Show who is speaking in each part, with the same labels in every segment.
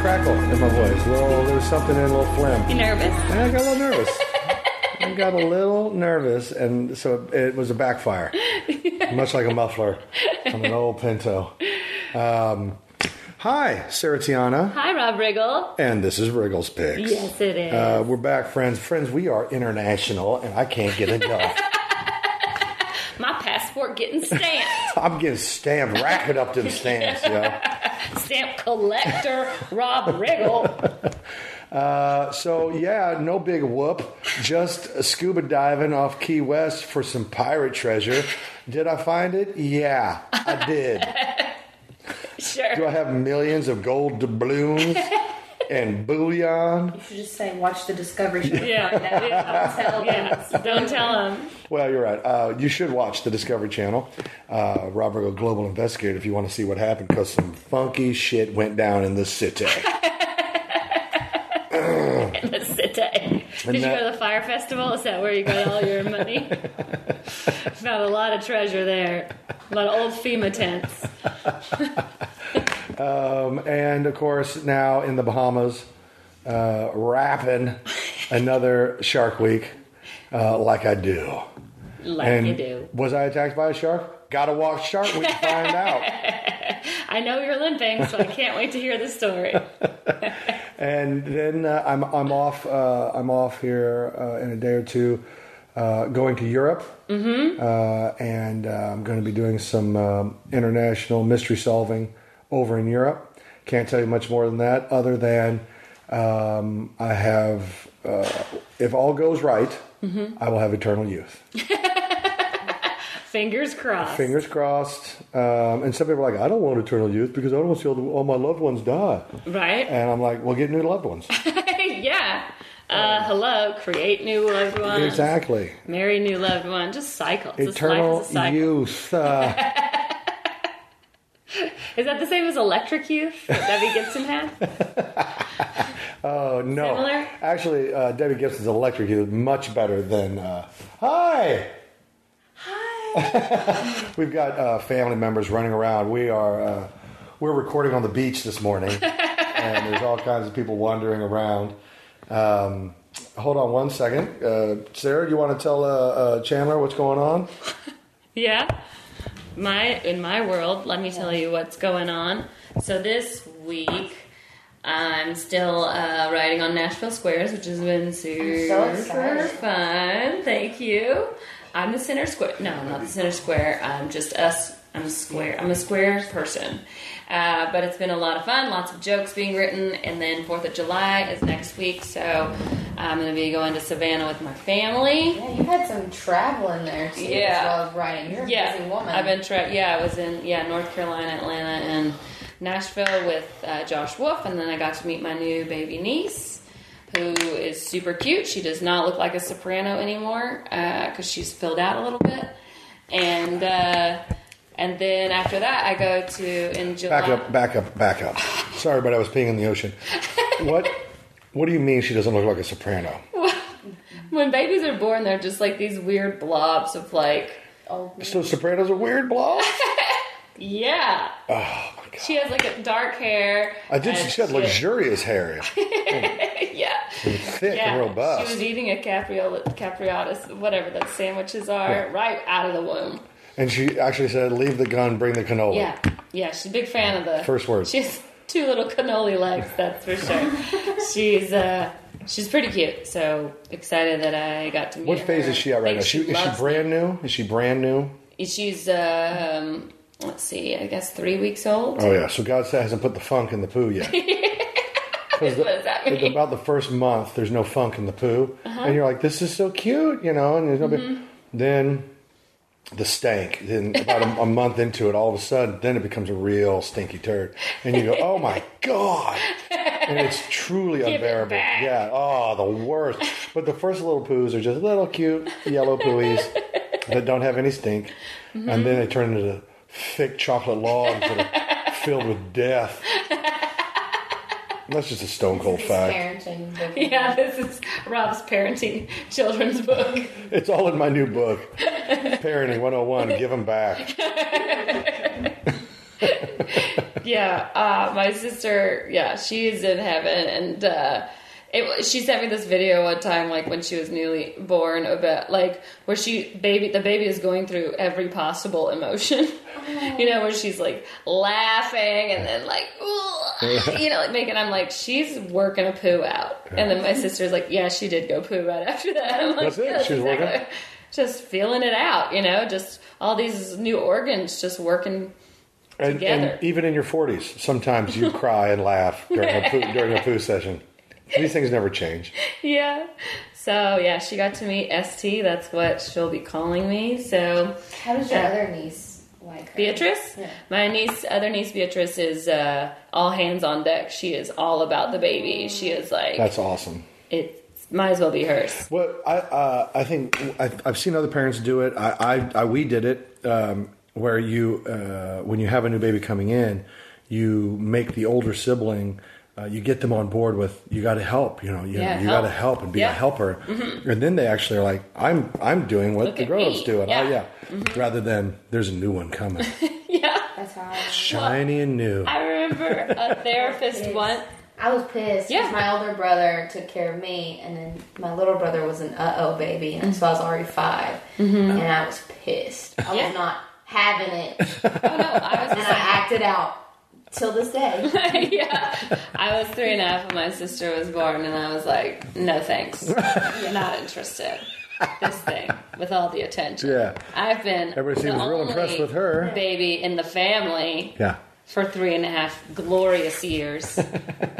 Speaker 1: crackle in my voice. A little, there was something in a little phlegm.
Speaker 2: You nervous?
Speaker 1: And I got a little nervous. I got a little nervous, and so it was a backfire, much like a muffler from an old Pinto. Um, hi, Saratiana,
Speaker 2: Hi, Rob Riggle.
Speaker 1: and this is Wriggles Picks.
Speaker 2: Yes, it is.
Speaker 1: Uh, we're back, friends. Friends, we are international, and I can't get enough.
Speaker 2: My passport getting stamped.
Speaker 1: I'm getting stamped, racking up them stamps, yo.
Speaker 2: Stamp collector Rob Riggle.
Speaker 1: Uh, so yeah, no big whoop. Just scuba diving off Key West for some pirate treasure. Did I find it? Yeah, I did.
Speaker 2: Sure.
Speaker 1: Do I have millions of gold doubloons and bullion?
Speaker 3: should just say, watch the Discovery Channel.
Speaker 2: yeah.
Speaker 3: Don't tell them.
Speaker 2: yeah. Don't tell him.
Speaker 1: Well, you're right. Uh, you should watch the Discovery Channel, uh, Robert Go Global Investigator, if you want to see what happened, because some funky shit went down in the city.
Speaker 2: That's the day. Did you
Speaker 1: that-
Speaker 2: go to the fire festival? Is that where you got all your money? Found a lot of treasure there. A lot of old FEMA tents.
Speaker 1: Um, and of course, now in the Bahamas, uh, rapping another Shark Week, uh, like I do.
Speaker 2: Like
Speaker 1: And
Speaker 2: Oh, you do.
Speaker 1: was I attacked by a shark? Gotta watch Shark Week to find out.
Speaker 2: I know you're limping, so I can't wait to hear the story.
Speaker 1: And then uh, I'm I'm off uh, I'm off here uh, in a day or two, uh, going to Europe, mm-hmm. uh, and uh, I'm going to be doing some um, international mystery solving over in Europe. Can't tell you much more than that, other than um, I have, uh, if all goes right,
Speaker 2: Mm-hmm.
Speaker 1: I will have eternal youth.
Speaker 2: Fingers crossed.
Speaker 1: Fingers crossed. Um, and some people are like, I don't want eternal youth because I don't want to see all, the, all my loved ones die.
Speaker 2: Right?
Speaker 1: And I'm like, well, get new loved ones.
Speaker 2: yeah. Uh, hello. Create new loved ones.
Speaker 1: exactly.
Speaker 2: Marry new loved one. Just cycle. This life
Speaker 1: Eternal
Speaker 2: is a cycle.
Speaker 1: youth. Uh,
Speaker 2: Is that the same as electric youth that Debbie Gibson had?
Speaker 1: oh, no.
Speaker 2: Similar?
Speaker 1: Actually, uh, Debbie Gibson's electric youth is much better than. Uh, Hi!
Speaker 3: Hi.
Speaker 1: We've got uh, family members running around. We are. Uh, we're recording on the beach this morning, and there's all kinds of people wandering around. Um, hold on one second. Uh, Sarah, you want to tell uh, uh, Chandler what's going on?
Speaker 2: Yeah. My in my world, let me tell you what's going on. So this week, I'm still uh, riding on Nashville Squares, which has been super
Speaker 3: excited.
Speaker 2: fun. Thank you. I'm the center square. No, I'm not the center square. I'm just us. I'm a square. I'm a square person. Uh, but it's been a lot of fun. Lots of jokes being written, and then Fourth of July is next week, so I'm going to be going to Savannah with my family.
Speaker 3: Yeah, you had some traveling there too,
Speaker 2: Yeah.
Speaker 3: as well as Ryan. You're a
Speaker 2: Yeah,
Speaker 3: busy woman.
Speaker 2: I've been tra- yeah, I was in yeah North Carolina, Atlanta, and Nashville with uh, Josh Wolf, and then I got to meet my new baby niece, who is super cute. She does not look like a soprano anymore because she's filled out a little bit, and uh, and then after that I go to in July.
Speaker 1: Back up, back up, back up. Sorry, but I was peeing in the ocean. What? What do you mean she doesn't look like a soprano?
Speaker 2: When babies are born, they're just like these weird blobs of like
Speaker 3: Old man.
Speaker 1: So sopranos are weird, blah.
Speaker 2: yeah.
Speaker 1: Oh my god!
Speaker 2: She has like a dark hair.
Speaker 1: I did.
Speaker 2: and
Speaker 1: She had luxurious hair,
Speaker 2: Yeah.
Speaker 1: thick
Speaker 2: Yeah,
Speaker 1: and robust.
Speaker 2: She was eating a capriola, capriotis, whatever those sandwiches are, right out of the womb.
Speaker 1: and she actually said, "Leave the gun, bring the cannoli."
Speaker 2: Yeah, yeah, she's a big fan of the
Speaker 1: First words.
Speaker 2: She has two little cannoli legs, that's for sure. she's uh, she's pretty cute. So excited that I got to meet
Speaker 1: What
Speaker 2: her.
Speaker 1: phase is she at
Speaker 2: I
Speaker 1: right now?
Speaker 2: think
Speaker 1: She, is she
Speaker 2: loves
Speaker 1: brand new? Is she brand new?
Speaker 2: me. She's uh, um, let's see, I guess three weeks old.
Speaker 1: Oh yeah. So God said hasn't put the funk in the poo yet. 'Cause
Speaker 2: What does that
Speaker 1: the-
Speaker 2: mean?
Speaker 1: About the first month, there's no funk in the poo,
Speaker 2: Uh-huh.
Speaker 1: and you're like, "This is so cute," you know. And there's no
Speaker 2: Mm-hmm.
Speaker 1: big, then the stank. Then about a, a month into it, all of a sudden, then it becomes a real stinky turd, and you go, "Oh my god!" And it's truly
Speaker 2: it
Speaker 1: unbearable.
Speaker 2: back.
Speaker 1: yeah. Oh, the worst. But the first little poos are just little cute yellow pooies that don't have any stink, and then they turn into thick chocolate logs that are filled with death. That's just a stone cold
Speaker 3: He's
Speaker 1: fact.
Speaker 3: parenting. different.
Speaker 2: Yeah, this is Rob's parenting children's book.
Speaker 1: It's all in my new oh book, Parenting 101. Give them back.
Speaker 2: yeah, uh, my sister, yeah, she is in heaven, and uh, it, wa- she sent me this video one time, like when she was newly born, about like where she baby the baby is going through every possible emotion, you know, where she's like laughing and then like, "Ugh," you know, like making. I'm like, she's working a poo out, and then my sister's like, yeah, she did go poo out after that. I'm like,
Speaker 1: That's it, she was working.
Speaker 2: Just feeling it out, you know, just all these new organs just working
Speaker 1: And,
Speaker 2: Together.
Speaker 1: and even in your 40s, sometimes you cry and laugh during a poo, during a poo session. These things never change.
Speaker 2: yeah. So yeah, she got to meet ST. That's what she'll be calling me. So
Speaker 3: How does your
Speaker 2: Yeah.
Speaker 3: other niece like her?
Speaker 2: Beatrice,
Speaker 3: Yeah.
Speaker 2: my niece, other niece Beatrice is uh, all hands on deck. She is all about the baby. She is like
Speaker 1: That's awesome.
Speaker 2: it. Might as well be hers.
Speaker 1: Well, I uh, I think I, I've seen other parents do it. I, I, I we did it um, where you uh, when you have a new baby coming in, you make the older sibling. Uh, you get them on board with you got to help you know you,
Speaker 2: Yeah,
Speaker 1: you got to
Speaker 2: help.
Speaker 1: help and be
Speaker 2: Yeah. Mm-hmm.
Speaker 1: a helper and then they actually are like I'm I'm doing what
Speaker 2: Look
Speaker 1: the
Speaker 2: at
Speaker 1: grown-ups
Speaker 2: me.
Speaker 1: do and
Speaker 2: Yeah. Mm-hmm.
Speaker 1: I, yeah rather than there's a new one coming
Speaker 2: Yeah,
Speaker 3: That's how I was.
Speaker 1: shiny and new
Speaker 2: I remember a therapist
Speaker 3: Yes.
Speaker 2: once.
Speaker 3: I was pissed because
Speaker 2: Yeah.
Speaker 3: my older brother took care of me, and then my little brother was an uh oh baby, and so I was already 5 and I was pissed. I
Speaker 2: Mm-hmm. Yeah.
Speaker 3: was not having it,
Speaker 2: Oh no, I was
Speaker 3: and I acted out till this day.
Speaker 2: yeah. I was three and a half when my sister was born, and I was like, no thanks. Not interested. This thing with all the attention.
Speaker 1: Yeah.
Speaker 2: I've been.
Speaker 1: Everybody
Speaker 2: the
Speaker 1: seems real impressed
Speaker 2: only
Speaker 1: with her.
Speaker 2: Baby in the family
Speaker 1: yeah
Speaker 2: for three and a half glorious years.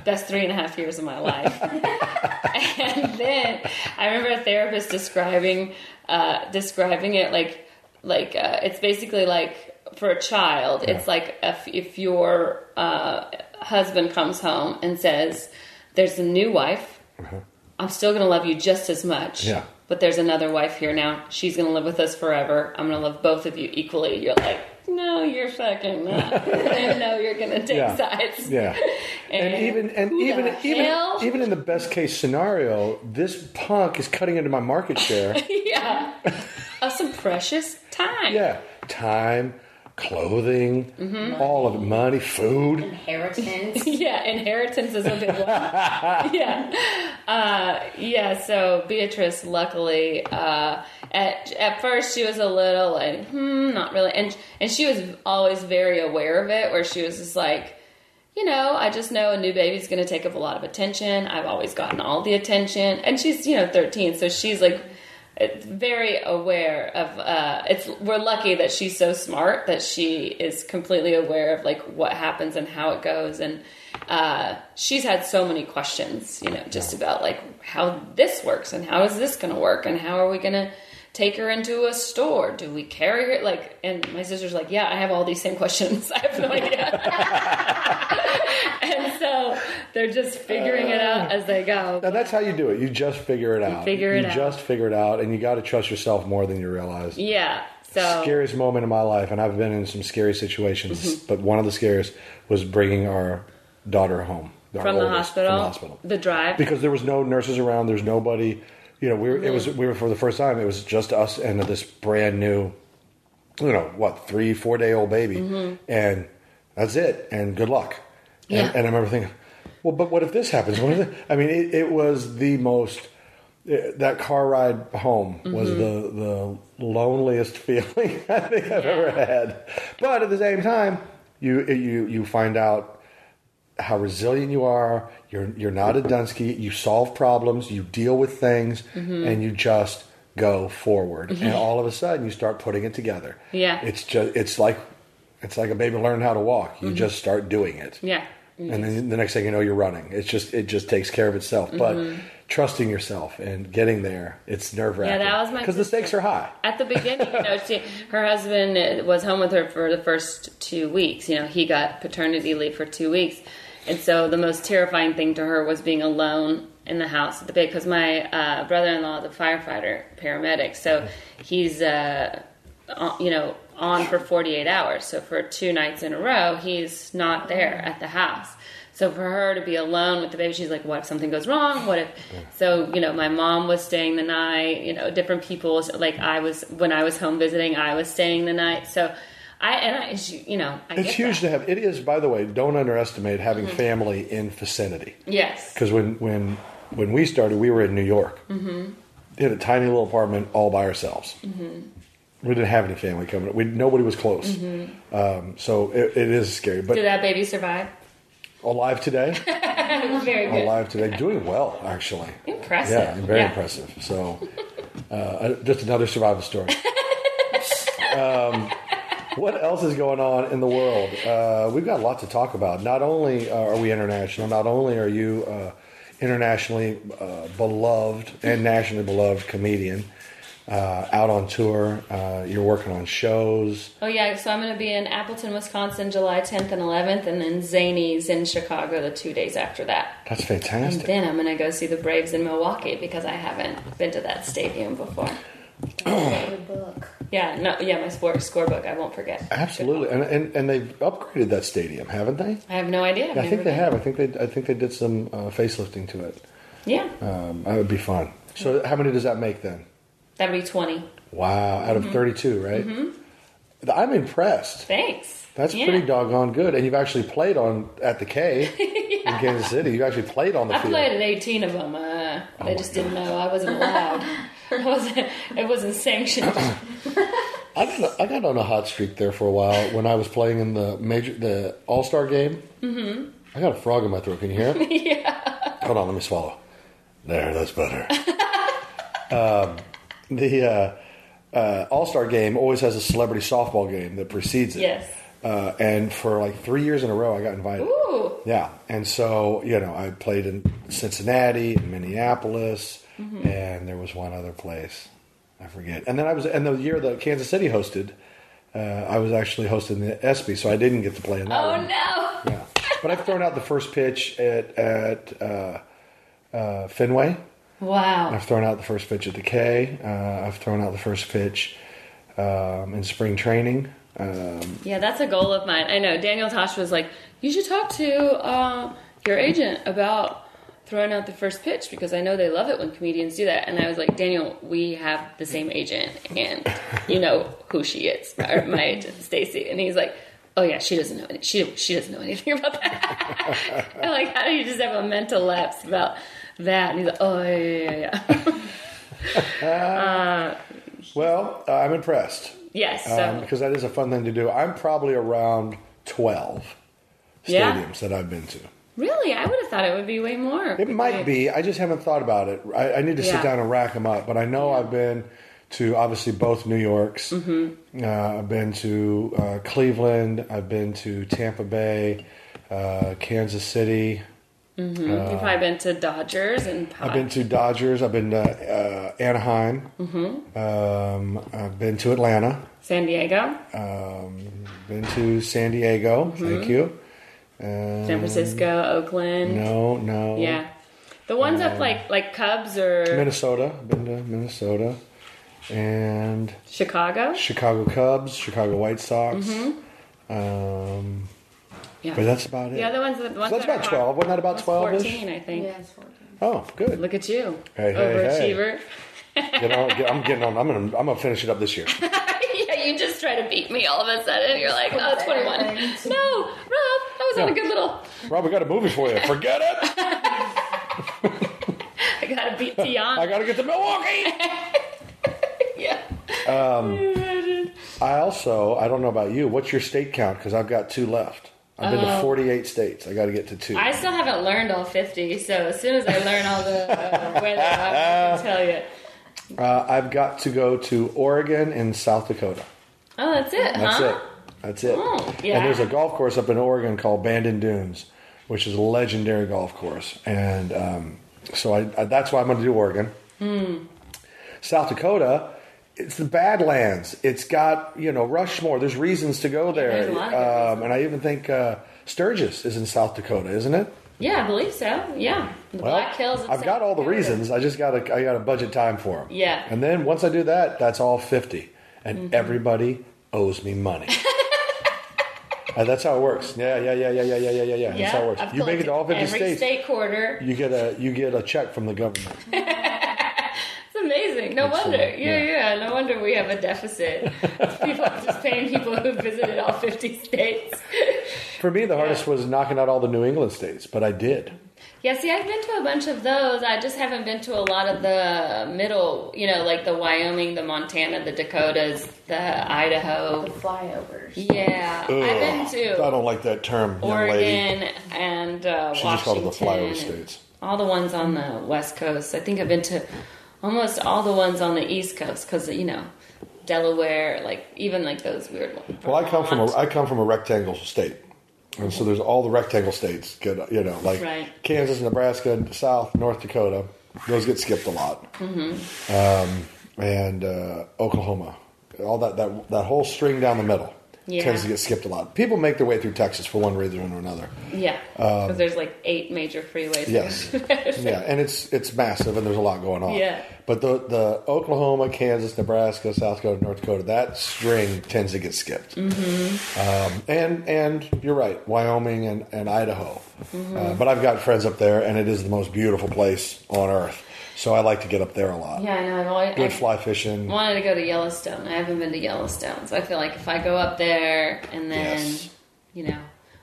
Speaker 2: Best three and a half years of my life. and then I remember a therapist describing uh, describing it like like uh, it's basically like for a child. It's like if if your uh, husband comes home and says, "There's a new wife. I'm still going to love you just as much."
Speaker 1: Uh-huh. Yeah.
Speaker 2: But there's another wife here now. She's going to live with us forever. I'm going to love both of you equally. You're like, no, you're fucking not. I know you're going to take
Speaker 1: Yeah.
Speaker 2: sides.
Speaker 1: Yeah. And, even and
Speaker 2: who
Speaker 1: even
Speaker 2: the
Speaker 1: even
Speaker 2: hell?
Speaker 1: even in the best case scenario, this punk is cutting into my market share.
Speaker 2: yeah, of some precious time.
Speaker 1: yeah, time, clothing,
Speaker 2: Mm-hmm.
Speaker 1: all of it, money, food.
Speaker 3: Inheritance.
Speaker 2: yeah, inheritance is a big one. yeah, uh, yeah. So Beatrice, luckily, uh, at at first she was a little like, hmm, not really, and and she was always very aware of it, where she was just like. You know, I just know a new baby's going to take up a lot of attention. I've always gotten all the attention, and she's you know 13, so she's like very aware of. Uh, it's we're lucky that she's so smart that she is completely aware of like what happens and how it goes, and uh, she's had so many questions, you know, just about like how this works and how is this going to work and how are we going to take her into a store? Do we carry her? Like, and my sister's like, yeah, I have all these same questions. I have no idea. and so they're just figuring it out as they go.
Speaker 1: Now that's how you do it. You just figure it out.
Speaker 2: figure it
Speaker 1: you
Speaker 2: out.
Speaker 1: just figure it out, and you got to trust yourself more than you realize.
Speaker 2: yeah. So
Speaker 1: Scariest moment in my life, and I've been in some scary situations,
Speaker 2: Mm-hmm.
Speaker 1: but one of the scariest was bringing our daughter home our
Speaker 2: from the,
Speaker 1: oldest,
Speaker 2: hospital,
Speaker 1: From the hospital.
Speaker 2: the drive.
Speaker 1: because there was no nurses around. There's nobody. You know, we were, it was we were for the first time. It was just us and this brand new, you know, what three four day old baby, and that's it. And good luck.
Speaker 2: Yeah.
Speaker 1: And, and I remember thinking, well, but what if this happens? What if thi- I mean, it, it was the most. It, that car ride home was the the loneliest feeling I think I've ever had. But at the same time, you you you find out how resilient you are. You're you're not a Dunsky. You solve problems. You deal with things,
Speaker 2: Mm-hmm.
Speaker 1: and you just go forward. And all of a sudden, you start putting it together.
Speaker 2: Yeah.
Speaker 1: it's just it's like it's like a baby learning how to walk. You just start doing it.
Speaker 2: Mm-hmm. yeah.
Speaker 1: And then the next thing you know, you're running. It's just it just takes care of itself.
Speaker 2: Mm-hmm.
Speaker 1: But trusting yourself and getting there, it's nerve wracking.
Speaker 2: that was my
Speaker 1: because the stakes are high.
Speaker 2: At the beginning, you know, she, her husband was home with her for the first two weeks. You know, he got paternity leave for two weeks, and so the most terrifying thing to her was being alone in the house at the big. Because my uh, brother-in-law, is a firefighter, paramedic, so he's uh, on, you know on for 48 hours. So for two nights in a row, he's not there at the house. So for her to be alone with the baby, she's like, "What if something goes wrong? What if?" So you know, my mom was staying the night. You know, different people. Like I was when I was home visiting, I was staying the night. So I and I, it's, you know, I
Speaker 1: It's
Speaker 2: get
Speaker 1: huge
Speaker 2: that. Mm-hmm.
Speaker 1: to have. It is, by the way, don't underestimate having family in vicinity.
Speaker 2: Yes.
Speaker 1: Because when when when we started, we were in New York. Mm-hmm. In a tiny little apartment all by ourselves. Mm-hmm. We didn't have any family coming. We nobody was close. Um, so it, it is scary, but
Speaker 2: Did that baby survive?
Speaker 1: alive today,
Speaker 2: Very good.
Speaker 1: alive today, doing well actually.
Speaker 2: Impressive.
Speaker 1: Yeah, very impressive. So, uh, just another survival story. um, what else is going on in the world? Uh, we've got a lot to talk about. Not only uh, are we international, not only are you uh, internationally uh, beloved and nationally beloved comedian uh, out on tour, uh, you're working on shows.
Speaker 2: Oh yeah, so I'm going to be in Appleton, Wisconsin, July 10th and 11th, and then Zanies in Chicago the two days after that.
Speaker 1: That's
Speaker 2: And
Speaker 1: fantastic.
Speaker 2: then I'm going to go see the Braves in Milwaukee because I haven't been to that stadium before.
Speaker 3: Your book.
Speaker 2: Yeah, no, yeah, my sport scorebook I won't forget.
Speaker 1: Absolutely, and, and and they've upgraded that stadium, haven't they?
Speaker 2: I have no idea. I've
Speaker 1: I think
Speaker 2: never
Speaker 1: they
Speaker 2: been.
Speaker 1: have. I think they I think they did some uh, facelifting to it.
Speaker 2: Yeah,
Speaker 1: Um, that would be fun.
Speaker 2: Hmm.
Speaker 1: So, how many does that make then?
Speaker 2: that would be 20.
Speaker 1: Wow, out
Speaker 2: Mm-hmm.
Speaker 1: of 32, right? I'm impressed.
Speaker 2: Thanks.
Speaker 1: That's
Speaker 2: Mm-hmm. Yeah.
Speaker 1: pretty doggone good. And you've actually played on at the K in Kansas City. You actually played on the
Speaker 2: I
Speaker 1: field.
Speaker 2: played at 18 of them. Uh,
Speaker 1: Oh my
Speaker 2: they just didn't know I wasn't allowed. I wasn't. It wasn't sanctioned.
Speaker 1: I got, I got on a hot streak there for a while when I was playing in the major the All Star game. Mm-hmm. I got a frog in my throat. Can you hear it? yeah. Hold on, let me swallow. There, that's better. um, the uh, uh, All Star game always has a celebrity softball game that precedes it.
Speaker 2: Yes.
Speaker 1: Uh, and for like three years in a row, I got invited.
Speaker 2: Ooh.
Speaker 1: Yeah, and so you know, I played in Cincinnati and Minneapolis,
Speaker 2: Mm-hmm.
Speaker 1: and there was one other place, I forget. And then I was, and the year that Kansas City hosted, uh, I was actually hosting the ESPY, so I didn't get to play in that.
Speaker 2: Oh
Speaker 1: one.
Speaker 2: no.
Speaker 1: Yeah, but I've thrown out the first pitch at at uh, uh, Fenway.
Speaker 2: Wow.
Speaker 1: I've thrown out the first pitch at the K. Uh, I've thrown out the first pitch um, in spring training. Um,
Speaker 2: Yeah, that's a goal of mine. I know Daniel Tosh was like, you should talk to um, your agent about throwing out the first pitch because I know they love it when comedians do that. And I was like, Daniel, we have the same agent, and you know who she is, or my agent, Stacy. And he's like, Oh yeah, she doesn't know. Any, she she doesn't know anything about that. I'm like, how do you just have a mental lapse about that? And he's like, Oh yeah, yeah, yeah. yeah."
Speaker 1: well, I'm impressed.
Speaker 2: yes. So
Speaker 1: um, because that is a fun thing to do. I'm probably around 12
Speaker 2: Yeah.
Speaker 1: stadiums that I've been to.
Speaker 2: really, I would have thought it would be way more.
Speaker 1: It might be. I just haven't thought about it. I, I need to sit
Speaker 2: Yeah.
Speaker 1: down and rack them up. But I know I've been to obviously both New York's.
Speaker 2: Mm-hmm.
Speaker 1: Uh, I've been to uh, Cleveland. I've been to Tampa Bay, uh, Kansas City.
Speaker 2: You've probably been to Dodgers and
Speaker 1: I've been to Dodgers. I've been to uh, Anaheim.
Speaker 2: Mm-hmm.
Speaker 1: Um, I've been to Atlanta.
Speaker 2: San Diego,
Speaker 1: Um, been to San Diego. Thank you. Um,
Speaker 2: Mm-hmm. San Francisco, Oakland.
Speaker 1: No, no.
Speaker 2: Yeah. The ones up like like Cubs or
Speaker 1: Minnesota. Been to Minnesota. And
Speaker 2: Chicago.
Speaker 1: Chicago Cubs, Chicago White Sox. Um,
Speaker 2: Mm-hmm. Yeah.
Speaker 1: but that's about it.
Speaker 2: the other ones, the ones
Speaker 1: So that's
Speaker 2: that
Speaker 1: about
Speaker 2: are
Speaker 1: 12. Wasn't that about
Speaker 2: That's
Speaker 1: 12 ish?
Speaker 2: Fourteen, I think.
Speaker 3: Yeah, it's 14.
Speaker 1: Oh, good.
Speaker 2: Look at you,
Speaker 1: Hey, hey, hey.
Speaker 2: overachiever.
Speaker 1: Get on, get, I'm getting on. I'm going to I'm gonna finish it up this year.
Speaker 2: yeah, you just try to beat me all of a sudden. You're like, oh, 21. No, Rob, I was on a
Speaker 1: Yeah.
Speaker 2: good little.
Speaker 1: Rob, I got a movie for you. Forget it.
Speaker 2: I gotta beat
Speaker 1: I
Speaker 2: Tiana.
Speaker 1: got to get to Milwaukee.
Speaker 2: yeah.
Speaker 1: I also, I don't know about you. What's your state count? Because I've got two left. I've been
Speaker 2: Uh,
Speaker 1: to 48 states. I got to get to two.
Speaker 2: I still haven't learned all 50, so as soon as I learn all the uh, weather, I'm gonna tell you.
Speaker 1: Uh, I've got to go to Oregon and South Dakota.
Speaker 2: Oh, that's it,
Speaker 1: That's
Speaker 2: huh?
Speaker 1: it. That's it.
Speaker 2: Oh, yeah.
Speaker 1: And there's a golf course up in Oregon called Bandon Dunes, which is a legendary golf course. And um, so I, I, that's why I'm going to do Oregon.
Speaker 2: Hmm.
Speaker 1: South Dakota, it's the Badlands. It's got, you know, Rushmore. There's reasons to go there.
Speaker 2: there's a lot of good
Speaker 1: um, and I even think uh, Sturgis is in South Dakota, isn't it?
Speaker 2: Yeah, I believe so. Yeah, the Black Hills. of
Speaker 1: I've
Speaker 2: South
Speaker 1: got all the
Speaker 2: Dakota.
Speaker 1: reasons. I just got to I got to budget time for them.
Speaker 2: Yeah. Mm-hmm.
Speaker 1: And then once I do that, that's all fifty, and everybody owes me money. And that's how it works. Yeah, yeah, yeah, yeah, yeah, yeah, yeah, yeah. yeah.
Speaker 2: Yeah,
Speaker 1: That's how it works.
Speaker 2: I've
Speaker 1: you make it to all
Speaker 2: collected
Speaker 1: fifty
Speaker 2: every
Speaker 1: states.
Speaker 2: state quarter.
Speaker 1: You get a you get a check from the government.
Speaker 2: It's amazing.
Speaker 1: uh,
Speaker 2: No
Speaker 4: Excellent.
Speaker 2: wonder. Yeah,
Speaker 4: Yeah.
Speaker 2: yeah, No wonder we have a deficit. people just paying people who visited all 50 states.
Speaker 4: For me, the hardest was knocking out all the New England states, but I did.
Speaker 2: Yeah, see, I've been to a bunch of those. I just haven't been to a lot of the middle, you know, like the Wyoming, the Montana, the Dakotas, the Idaho.
Speaker 3: The flyovers.
Speaker 2: Yeah, I've been to.
Speaker 1: I don't like that term, young lady.
Speaker 2: Oregon and uh,
Speaker 1: She just called
Speaker 2: Washington.
Speaker 1: it the flyover
Speaker 2: and
Speaker 1: states.
Speaker 2: All the ones on the West Coast. I think I've been to almost all the ones on the East Coast because you know Delaware, like even like those weird ones.
Speaker 1: Well, I come from a
Speaker 2: Vermont.
Speaker 1: I come from a rectangle state, and so there's all the rectangle states. Good, you know, like
Speaker 2: Right.
Speaker 1: Kansas, Nebraska, South, North Dakota. Those get skipped a lot,
Speaker 2: Mm-hmm.
Speaker 1: um, and uh, Oklahoma. All that, that that whole string down the middle
Speaker 2: Yeah.
Speaker 1: tends to get skipped a lot. People make their way through Texas for one reason or another.
Speaker 2: yeah, because there's like eight major freeways.
Speaker 1: Um, Yes. yeah, and it's it's massive, and there's a lot going on.
Speaker 2: Yeah.
Speaker 1: But the the Oklahoma, Kansas, Nebraska, South Dakota, North Dakota, that string tends to get skipped.
Speaker 2: Mm-hmm.
Speaker 1: Um, and and you're right, Wyoming and and Idaho.
Speaker 2: Mm-hmm.
Speaker 1: Uh, but I've got friends up there, and it is the most beautiful place on earth. So I like to get up there a lot.
Speaker 2: yeah, Mm-hmm. I know. I've always
Speaker 1: Good
Speaker 2: I've
Speaker 1: fly fishing.
Speaker 2: wanted to go to Yellowstone. I haven't been to Yellowstone, so I feel like if I go up there and then
Speaker 1: Yes.
Speaker 2: you know,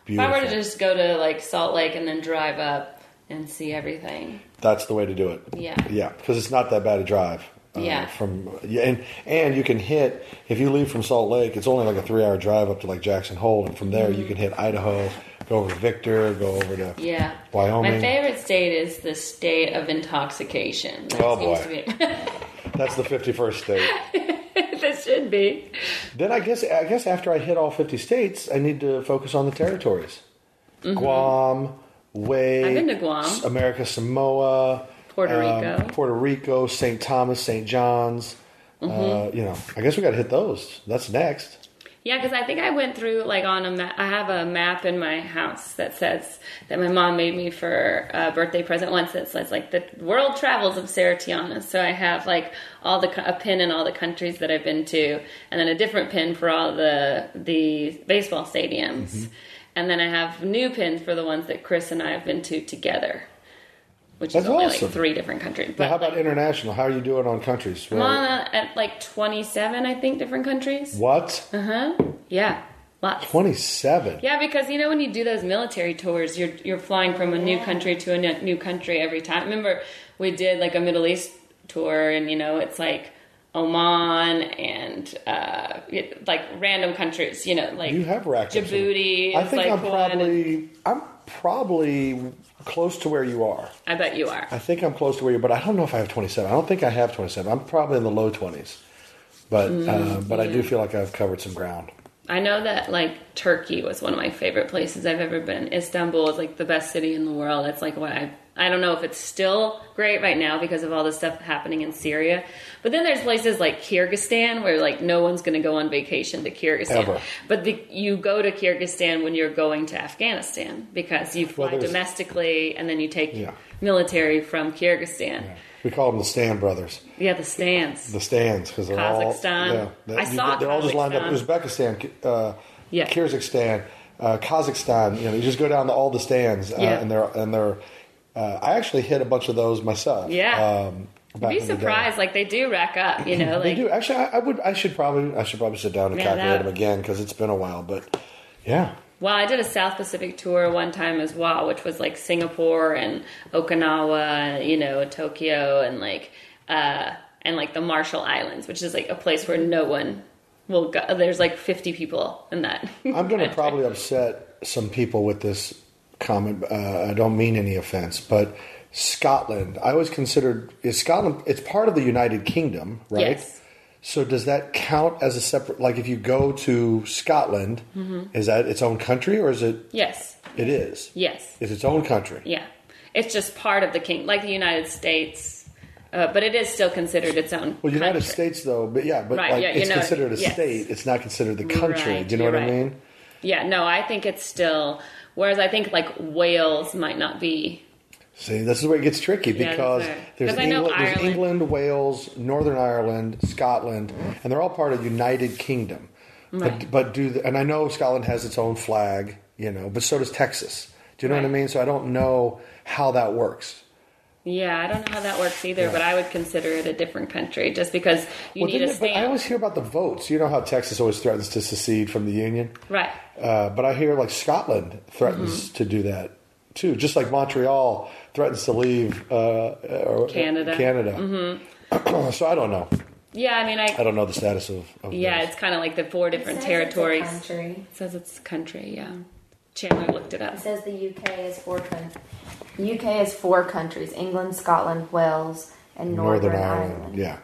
Speaker 2: if I were to
Speaker 1: Beautiful.
Speaker 2: just go to like Salt Lake and then drive up and see everything.
Speaker 1: That's the way to do it.
Speaker 2: Yeah.
Speaker 1: Yeah, because it's not that bad a drive. uh,
Speaker 2: Yeah.
Speaker 1: From yeah, and and you can hit if you leave from Salt Lake, it's only like a three hour drive up to like Jackson Hole, and from there you can hit Idaho, go over to Victor, go over to
Speaker 2: Mm-hmm. Yeah.
Speaker 1: Wyoming.
Speaker 2: My favorite state is the state of intoxication. That
Speaker 1: Oh,
Speaker 2: seems
Speaker 1: That's the fifty first state.
Speaker 2: To be, that should be.
Speaker 1: then I guess I guess after I hit all fifty states, I need to focus on the territories. Guam, Way,
Speaker 2: Mm-hmm. I've been to Guam.
Speaker 1: S- America Samoa,
Speaker 2: Puerto
Speaker 1: um,
Speaker 2: Rico.
Speaker 1: Puerto Rico, St. Thomas, St. John's.
Speaker 2: Mm-hmm.
Speaker 1: Uh, you know, I guess we got to hit those. That's next.
Speaker 2: Yeah, because I think I went through like on a map. I have a map in my house that says that my mom made me for a birthday present once. That says like the world travels of Sarah Tiana. So I have like all the co- a pin in all the countries that I've been to, and then a different pin for all the the baseball stadiums,
Speaker 1: Mm-hmm.
Speaker 2: and then I have new pins for the ones that Chris and I have been to together, which
Speaker 1: That's
Speaker 2: is only
Speaker 1: awesome.
Speaker 2: like three different countries.
Speaker 1: Now, how
Speaker 2: But
Speaker 1: about international? How are you doing on countries?
Speaker 2: I'm
Speaker 1: Where-
Speaker 2: on uh, at like 27, I think, different countries.
Speaker 1: what?
Speaker 2: Uh huh. Yeah, lots.
Speaker 1: 27.
Speaker 2: Yeah, because you know when you do those military tours, you're you're flying from a new country to a n- new country every time. Remember, we did like a Middle East tour, and you know it's like Oman and uh, it- like random countries. You know, like
Speaker 1: You have racked up some-
Speaker 2: Djibouti.
Speaker 1: I
Speaker 2: is,
Speaker 1: think
Speaker 2: like,
Speaker 1: I'm
Speaker 2: one, and-
Speaker 1: probably I'm probably close to where you are.
Speaker 2: I bet you are.
Speaker 1: I think I'm close to where you, but I don't know if I have 27. I don't think I have 27. I'm probably in the low 20s, but
Speaker 2: Mm.
Speaker 1: uh, but I do feel like I've covered some ground.
Speaker 2: I know that like Turkey was one of my favorite places I've ever been. Istanbul is like the best city in the world. That's like what I I don't know if it's still great right now because of all the stuff happening in Syria. But then there's places like Kyrgyzstan where like no one's going to go on vacation to Kyrgyzstan.
Speaker 1: Ever.
Speaker 2: But the, you go to Kyrgyzstan when you're going to Afghanistan because you fly
Speaker 1: there's-
Speaker 2: domestically and then you take
Speaker 1: Yeah.
Speaker 2: military from Kyrgyzstan. Yeah,
Speaker 1: We call them the Stand Brothers,
Speaker 2: the stands.
Speaker 1: the Stands, because they're all
Speaker 2: Kazakhstan.
Speaker 1: yeah, they-
Speaker 2: I saw
Speaker 1: they're all just lined up. Uzbekistan, uh,
Speaker 2: Yeah.
Speaker 1: Kyrgyzstan, uh, Kazakhstan. You know, you just go down to all the stands, uh,
Speaker 2: Yeah.
Speaker 1: and they're and they're. Uh, I actually hit a bunch of those myself.
Speaker 2: Yeah.
Speaker 1: um,
Speaker 2: You'd
Speaker 1: back
Speaker 2: be
Speaker 1: in the day.
Speaker 2: surprised, like they do rack up, you know. Like,
Speaker 1: They do actually. I, I would. I should probably. I should probably sit down and
Speaker 2: Yeah,
Speaker 1: calculate
Speaker 2: that-
Speaker 1: them again because it's been a while. But yeah,
Speaker 2: Well, I did a South Pacific tour one time as well, which was like Singapore and Okinawa, you know, Tokyo and like uh and like the Marshall Islands, which is like a place where no one will go. There's like 50 people in that.
Speaker 1: I'm going to probably upset some people with this comment. Uh, I don't mean any offense, but Scotland. I always considered is Scotland. It's part of the United Kingdom, right?
Speaker 2: Yes.
Speaker 1: So does that count as a separate? Like if you go to Scotland,
Speaker 2: Mm-hmm.
Speaker 1: is that its own country or is it?
Speaker 2: yes.
Speaker 1: It is.
Speaker 2: Yes.
Speaker 1: It's its own country.
Speaker 2: Yeah. It's just part of the king, like the United States, uh, but it is still considered its own.
Speaker 1: Well, United
Speaker 2: country.
Speaker 1: States though, but yeah, but
Speaker 2: Right,
Speaker 1: like
Speaker 2: yeah, you
Speaker 1: it's
Speaker 2: know,
Speaker 1: considered a
Speaker 2: yes.
Speaker 1: state. It's not considered the country.
Speaker 2: Right,
Speaker 1: Do you know
Speaker 2: you're
Speaker 1: what I
Speaker 2: right.
Speaker 1: mean?
Speaker 2: Yeah, no, I think it's still. Whereas I think like Wales might not be.
Speaker 1: See, this is where it gets tricky
Speaker 2: Yeah,
Speaker 1: because
Speaker 2: that's right.
Speaker 1: there's,
Speaker 2: 'Cause I know
Speaker 1: England, there's
Speaker 2: Ireland-
Speaker 1: England, Wales, Northern Ireland, Scotland, and they're all part of United Kingdom. But, but do the, and I know Scotland has its own flag, you know, but so does Texas. Do you know what I
Speaker 2: Right.
Speaker 1: mean? So I don't know how that works.
Speaker 2: Yeah, I don't know how that works either, but I would consider it a different country just because you
Speaker 1: Well,
Speaker 2: need a
Speaker 1: didn't it- but I
Speaker 2: stamp.
Speaker 1: always hear about the votes. You know how Texas always threatens to secede from the Union?
Speaker 2: right.
Speaker 1: Uh, but I hear like Scotland threatens
Speaker 2: Mm-hmm.
Speaker 1: to do that too, just like Montreal threatens to leave uh, or,
Speaker 2: Canada. Mm-hmm.
Speaker 1: Canada. so I don't know.
Speaker 2: Yeah, I mean,
Speaker 1: I
Speaker 2: I.
Speaker 1: don't know the status of. of
Speaker 2: Yeah,
Speaker 1: this.
Speaker 2: it's kind of like the four different
Speaker 3: It says it's a
Speaker 2: territories.
Speaker 3: country.
Speaker 2: It says it's a country, yeah. Chandler looked it up.
Speaker 3: It says the UK is four countries. UK is four countries: England, Scotland, Wales, and Northern, Ireland.
Speaker 1: Yeah.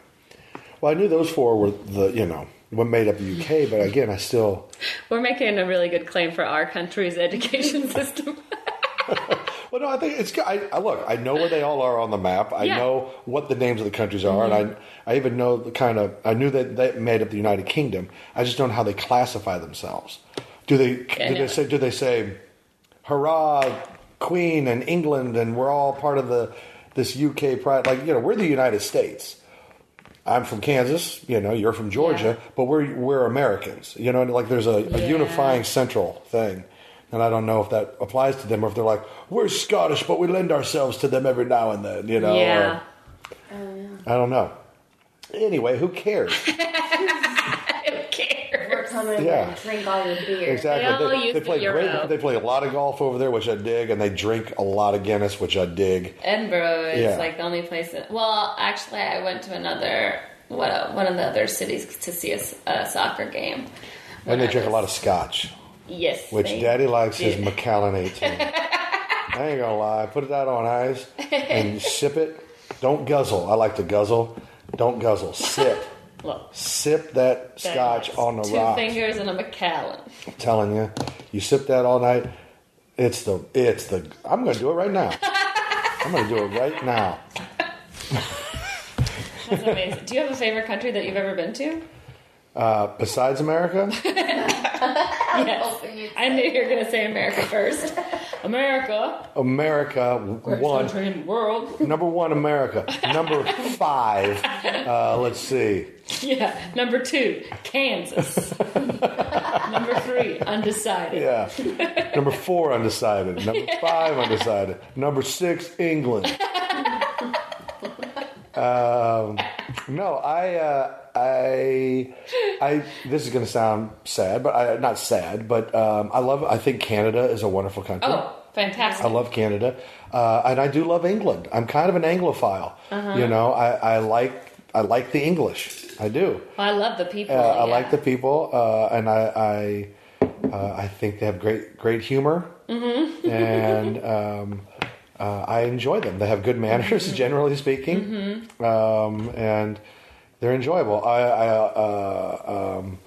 Speaker 1: Well, I knew those four were the you know what made up the UK, but again, I still
Speaker 2: We're making a really good claim for our country's education system.
Speaker 1: Well, no, I think it's. I, I look. I know where they all are on the map. I
Speaker 2: Yeah. Mm-hmm.
Speaker 1: know what the names of the countries are, and I, I even know the kind of. I knew that that made up the United Kingdom. I just don't know how they classify themselves. Do they?
Speaker 2: I
Speaker 1: do
Speaker 2: know.
Speaker 1: they say? Do they say, "Hurrah, Queen and England, and we're all part of the this UK pride"? Like you know, we're the United States. I'm from Kansas. You know, you're from Georgia, but we're we're Americans. You know, and, like there's a, a
Speaker 2: Yeah.
Speaker 1: unifying central thing. And I don't know if that applies to them or if they're like, we're Scottish, but we lend ourselves to them every now and then, you know? or-
Speaker 2: yeah.
Speaker 1: I don't know. Anyway, who cares?
Speaker 2: Who cares?
Speaker 3: We're coming
Speaker 1: Yeah.
Speaker 3: over and drink all your beer.
Speaker 1: exactly.
Speaker 2: They all use the
Speaker 1: play
Speaker 2: euro.
Speaker 1: great, they play a lot of golf over there, which I dig, and they drink a lot of Guinness, which I dig.
Speaker 2: Edinburgh is
Speaker 1: Yeah.
Speaker 2: like the only place that. Well, actually, I went to another what, one of the other cities to see a, s- a soccer game.
Speaker 1: And they drink a lot of scotch,
Speaker 2: Yes.
Speaker 1: which
Speaker 2: they
Speaker 1: Daddy likes
Speaker 2: do.
Speaker 1: his Macallan 18. I ain't gonna lie. Put it out on ice and sip it. Don't guzzle. I like to guzzle. Don't guzzle. Sip.
Speaker 2: Look,
Speaker 1: Sip that
Speaker 2: that
Speaker 1: scotch
Speaker 2: is
Speaker 1: on the
Speaker 2: two
Speaker 1: rocks.
Speaker 2: fingers and a Macallan.
Speaker 1: telling you, you sip that all night. It's the it's the. I'm going to do it right now. I'm going to do it right now.
Speaker 2: That's amazing. do you have a favorite country that you've ever been to?
Speaker 1: Uh, besides America,
Speaker 2: Yes. I knew you were going to say America first. America,
Speaker 1: America
Speaker 2: greatest
Speaker 1: one
Speaker 2: country in the world.
Speaker 1: number one America number five. Uh, let's see.
Speaker 2: Yeah. Number two, Kansas. Number three, undecided.
Speaker 1: Yeah, number four undecided. Number five undecided. Number six England. Um, No, I, uh, I, I. This is going to sound sad, but I, not sad, but um, I love. I think Canada is a wonderful country.
Speaker 2: Oh, fantastic.
Speaker 1: I love Canada, uh, and I do love England. I'm kind of an Anglophile. You know, I, I like I like the English. I do.
Speaker 2: I love the people.
Speaker 1: Uh, I
Speaker 2: yeah.
Speaker 1: like the people, uh, and I I, uh, I think they have great great humor, and um, uh, I enjoy them. They have good manners,
Speaker 2: Mm-hmm.
Speaker 1: generally speaking, um, and they're enjoyable. I, I uh, um,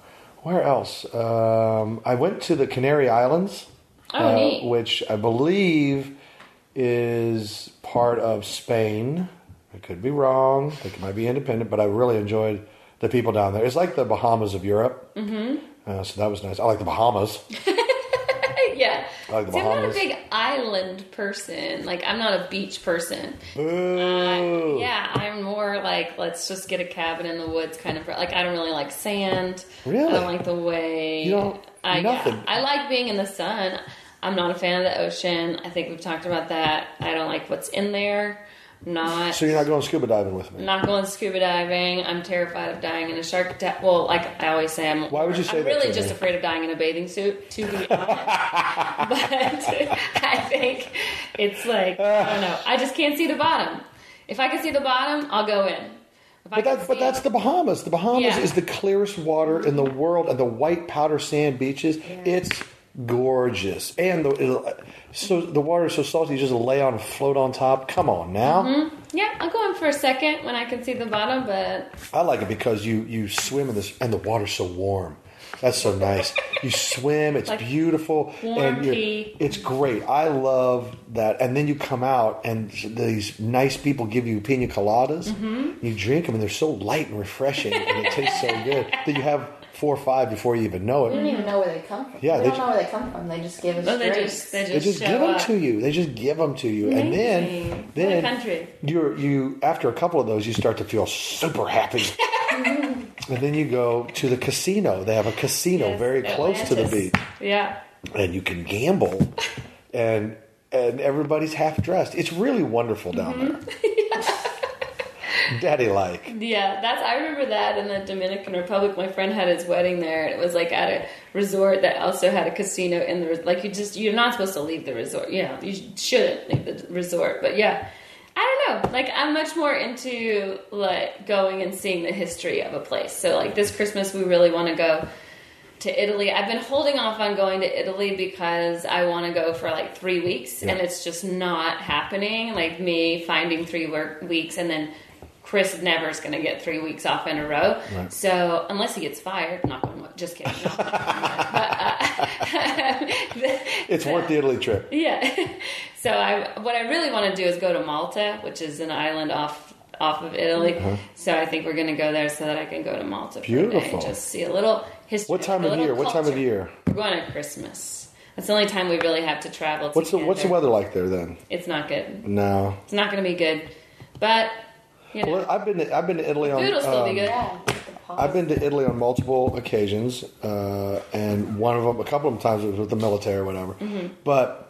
Speaker 1: where else? Um, I went to the Canary Islands,
Speaker 2: Oh,
Speaker 1: uh,
Speaker 2: neat.
Speaker 1: which I believe is part of Spain. I could be wrong. It might be independent, but I really enjoyed the people down there. It's like the Bahamas of Europe. Mm-hmm. Uh, so that was nice. I like the Bahamas.
Speaker 2: yeah.
Speaker 1: I like the
Speaker 2: See, I'm not a
Speaker 1: Bahamas.
Speaker 2: big island person. Like, I'm not a beach person.
Speaker 1: Boo.
Speaker 2: uh, Yeah, I'm more like, let's just get a cabin in the woods kind of. Like, I don't really like sand. I
Speaker 1: Really?
Speaker 2: don't like the way.
Speaker 1: You don't-
Speaker 2: I, yeah.
Speaker 1: nothing.
Speaker 2: I like being in the sun. I'm not a fan of the ocean. I think we've talked about that. I don't like what's in there. I'm not.
Speaker 1: So you're not going scuba diving with me?
Speaker 2: I'm not going scuba diving. I'm terrified of dying in a shark attack. Well, like I always say, I'm.
Speaker 1: Why would you say
Speaker 2: I'm
Speaker 1: that
Speaker 2: really
Speaker 1: to
Speaker 2: just
Speaker 1: me?
Speaker 2: afraid of dying in a bathing suit, to be honest. but I think it's like I don't know. I just can't see the bottom. If I can see the bottom, I'll go in. If
Speaker 1: But
Speaker 2: I can
Speaker 1: that's but
Speaker 2: see-
Speaker 1: that's the Bahamas. The Bahamas
Speaker 2: Yeah.
Speaker 1: is the clearest water in the world, and the white powder sand beaches. It's gorgeous, and the it'll- so the water is so salty. You just lay on, float on top. Come on now.
Speaker 2: yeah. I'll go in for a second when I can see the bottom, but
Speaker 1: I like it because you you swim in this, and the water's so warm. That's so nice. You swim; it's
Speaker 2: Like
Speaker 1: beautiful,
Speaker 2: warm
Speaker 1: and you're-
Speaker 2: pea.
Speaker 1: it's great. I love that. And then you come out, and these nice people give you pina coladas.
Speaker 2: Mm-hmm.
Speaker 1: You drink them, and they're so light and refreshing, and it tastes so good that you have four or five before you even know it.
Speaker 3: We
Speaker 2: Mm-hmm.
Speaker 3: don't even know where they come from.
Speaker 1: Yeah,
Speaker 3: we
Speaker 1: they
Speaker 3: don't
Speaker 1: ju-
Speaker 3: know where they come from. They just give us
Speaker 2: no, they
Speaker 3: drinks.
Speaker 2: just they just,
Speaker 1: They just
Speaker 2: show
Speaker 1: give them
Speaker 2: up.
Speaker 1: to you. They just give them to you, and
Speaker 2: Amazing.
Speaker 1: then
Speaker 2: What a
Speaker 1: then
Speaker 2: country.
Speaker 1: you're you after a couple of those, you start to feel super happy. and then you go to the casino. They have a casino
Speaker 2: Yes,
Speaker 1: very close to the
Speaker 2: Atlantis.
Speaker 1: beach,
Speaker 2: Yeah.
Speaker 1: and you can gamble. and and everybody's half dressed. It's really wonderful down
Speaker 2: Mm-hmm.
Speaker 1: there. Daddy like.
Speaker 2: Yeah, that's I remember that in the Dominican Republic. My friend had his wedding there, and it was like at a resort that also had a casino in the res- like you just you're not supposed to leave the resort. You know, you sh- shouldn't leave the resort. But yeah, I don't know. Like I'm much more into like going and seeing the history of a place. So like this Christmas, we really want to go to Italy. I've been holding off on going to Italy because I want to go for like three weeks, and
Speaker 1: Yeah.
Speaker 2: it's just not happening. Like me finding three work weeks, and then Chris never's going to get three weeks off in a row.
Speaker 1: Right.
Speaker 2: So unless he gets fired, not going. Just kidding. uh, Knock on wood. But, uh,
Speaker 1: It's worth the Italy trip.
Speaker 2: yeah. So I what I really want to do is go to Malta, which is an island off off of Italy.
Speaker 1: Uh-huh.
Speaker 2: So I think we're going to go there so that I can go to Malta. for a day and
Speaker 1: Beautiful.
Speaker 2: just see a little history.
Speaker 1: What time
Speaker 2: a
Speaker 1: of
Speaker 2: little
Speaker 1: year? What time of
Speaker 2: culture.
Speaker 1: year?
Speaker 2: We're going at Christmas. That's the only time we really have to travel.
Speaker 1: What's the What's the weather
Speaker 2: together.
Speaker 1: like there then?
Speaker 2: It's not good.
Speaker 1: No.
Speaker 2: It's not going to be good. But you know,
Speaker 1: Well, I've been to, I've been to Italy on.
Speaker 2: food will still be
Speaker 1: um,
Speaker 2: good.
Speaker 3: Yeah.
Speaker 1: I've been to Italy on multiple occasions, uh, and one of them, a couple of times, it was with the military or whatever. But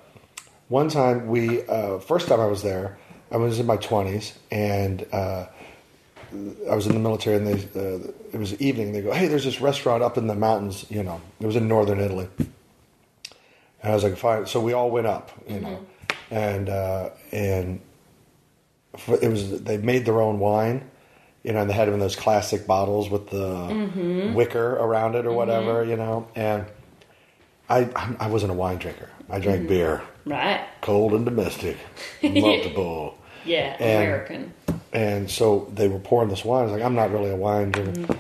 Speaker 1: one time, we uh, first time I was there, I was in my twenties, and uh, I was in the military, and they, uh, it was evening. They go, "Hey, there's this restaurant up in the mountains." You know, it was in northern Italy, and I was like, "Fine." So we all went up, you know, and uh, and for- it was they made their own wine, you know, and they had them in those classic bottles with the wicker around it or whatever, you know. And I I'm- I wasn't a wine drinker. I drank beer,
Speaker 2: Right.
Speaker 1: cold and domestic, multiple.
Speaker 2: Yeah,
Speaker 1: And-
Speaker 2: American.
Speaker 1: And so they were pouring this wine. I was like, I'm not really a wine drinker.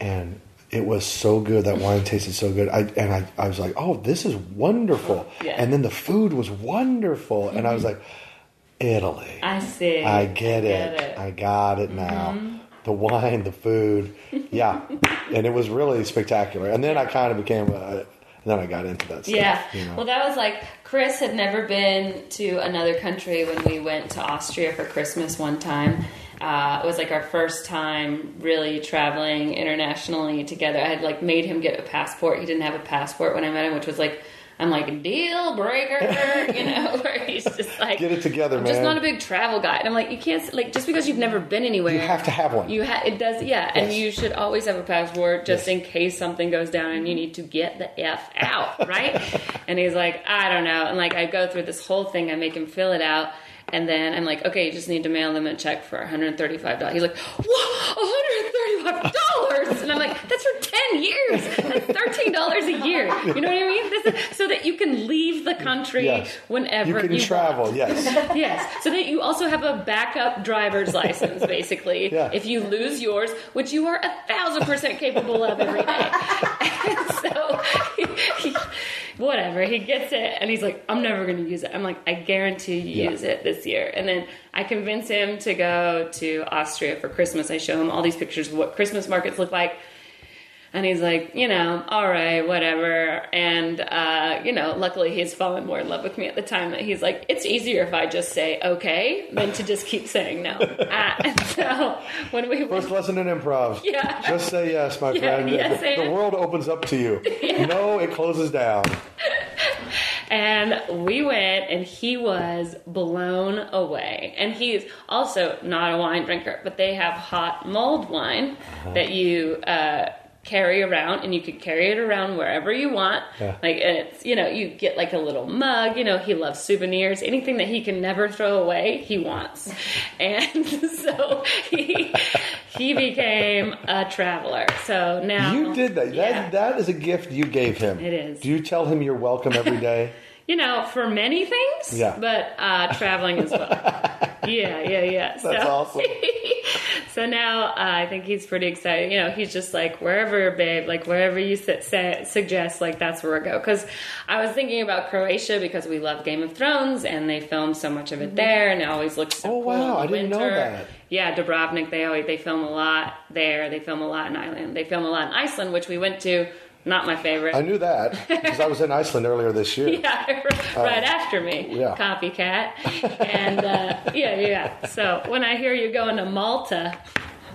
Speaker 1: And it was so good. That wine tasted so good. I and I, I was like, oh, this is wonderful.
Speaker 2: Yeah.
Speaker 1: And then the food was wonderful. And I was like, Italy.
Speaker 2: I see.
Speaker 1: I get
Speaker 2: get
Speaker 1: it.
Speaker 2: it. Mm-hmm.
Speaker 1: I got it now. The wine, the food, yeah, and it was really spectacular. And then I kind of became, uh, then I got into that stuff.
Speaker 2: Yeah.
Speaker 1: you know.
Speaker 2: Well, that was like Chris had never been to another country when we went to Austria for Christmas one time. Uh, it was like our first time really traveling internationally together. I had like made him get a passport. He didn't have a passport when I met him, which was like, I'm like deal breaker, you know, where he's just like,
Speaker 1: Get it together,
Speaker 2: I'm just
Speaker 1: man.
Speaker 2: not a big travel guy, and I'm like, you can't like just because you've never been anywhere,
Speaker 1: you have to have one.
Speaker 2: you ha- it does, yeah, and
Speaker 1: Yes.
Speaker 2: you should always have a passport just
Speaker 1: Yes.
Speaker 2: in case something goes down and you need to get the f out, right? and he's like, I don't know, and like I go through this whole thing, I make him fill it out, and then I'm like, okay, you just need to mail them a check for 135 dollars. He's like, what, 135 dollars? and I'm like, that's for 10 years, that's 13 dollars a year. You know what I mean? This is, so that you can leave the country
Speaker 1: Yes.
Speaker 2: whenever
Speaker 1: You can
Speaker 2: want.
Speaker 1: travel. Yes,
Speaker 2: Yes, so that you also have a backup driver's license, basically,
Speaker 1: Yeah.
Speaker 2: if you lose yours, which you are a thousand percent capable of every day. And so, he- he- whatever, he gets it, and he's like, "I'm never going to use it." I'm like, "I guarantee you
Speaker 1: Yeah.
Speaker 2: use it this year." And then I convince him to go to Austria for Christmas. I show him all these pictures of what Christmas markets look like. And he's like, you know, all right, whatever. And, uh, you know, luckily he's fallen more in love with me at the time that he's like, it's easier if I just say okay than to just keep saying no. uh, and so when we
Speaker 1: first lesson in improv.
Speaker 2: Yeah.
Speaker 1: just say yes, my friend.
Speaker 2: yes,
Speaker 1: the,
Speaker 2: and-
Speaker 1: world opens up to you. No, it closes down.
Speaker 2: and we went and he was blown away and he's also not a wine drinker but they have hot mulled wine
Speaker 1: Uh-huh.
Speaker 2: that you uh, carry around and you could carry it around wherever you want
Speaker 1: Yeah.
Speaker 2: like and it's you know you get like a little mug you know he loves souvenirs anything that he can never throw away he wants and so he he became a traveler so now
Speaker 1: You did that.
Speaker 2: Yeah.
Speaker 1: That that is a gift you gave him.
Speaker 2: It is.
Speaker 1: Do you tell him you're welcome every day?
Speaker 2: you know, for many things.
Speaker 1: Yeah.
Speaker 2: But uh, traveling as well. yeah, yeah, yeah. That's
Speaker 1: awesome.
Speaker 2: so now uh, I think he's pretty excited. You know, he's just like wherever, babe, like wherever you su- say, suggest, like that's where we go. Because I was thinking about Croatia because we love Game of Thrones and they film so much of it there, and it always looks so
Speaker 1: Mm-hmm. Oh,
Speaker 2: cool in
Speaker 1: wow,
Speaker 2: the
Speaker 1: I didn't know
Speaker 2: winter.
Speaker 1: that.
Speaker 2: Yeah, Dubrovnik. They always they film a lot there. They film a lot in Ireland. They film a lot in Iceland, which we went to. Not my favorite.
Speaker 1: I knew that because I was in Iceland earlier this year.
Speaker 2: Yeah, right after me.
Speaker 1: Uh, yeah.
Speaker 2: Copycat. And uh, yeah, yeah. So when I hear you going to Malta,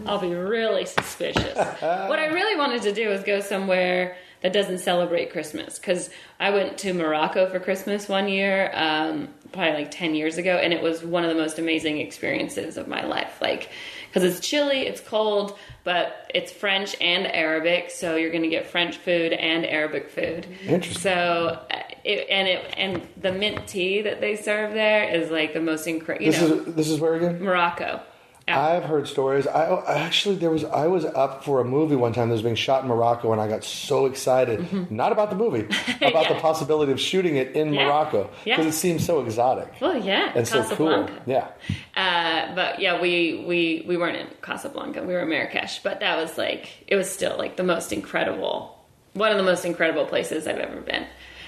Speaker 2: I'll be really suspicious. what I really wanted to do is go somewhere that doesn't celebrate Christmas. Because I went to Morocco for Christmas one year, um, probably like 10 years ago, and it was one of the most amazing experiences of my life. Like, because it's chilly, it's cold, but it's French and Arabic, so you're going to get French food and Arabic food.
Speaker 1: Interesting.
Speaker 2: So, uh, it, and it and the mint tea that they serve there is like the most incredible. You
Speaker 1: This
Speaker 2: know,
Speaker 1: is this is where again.
Speaker 2: Morocco. Oh,
Speaker 1: I've heard stories. I I actually there was I was up for a movie one time that was being shot in Morocco, and I got so excited. Not about the movie, about the
Speaker 2: Mm-hmm. Yeah.
Speaker 1: possibility of shooting it in
Speaker 2: Yeah.
Speaker 1: Morocco
Speaker 2: Yeah.
Speaker 1: because it seems so exotic
Speaker 2: Well, yeah,
Speaker 1: and so cool.
Speaker 2: Casablanca.
Speaker 1: Yeah,
Speaker 2: Uh, but yeah, we, we we weren't in Casablanca. We were in Marrakesh, but that was like it was still like the most incredible, one of the most incredible places I've ever been.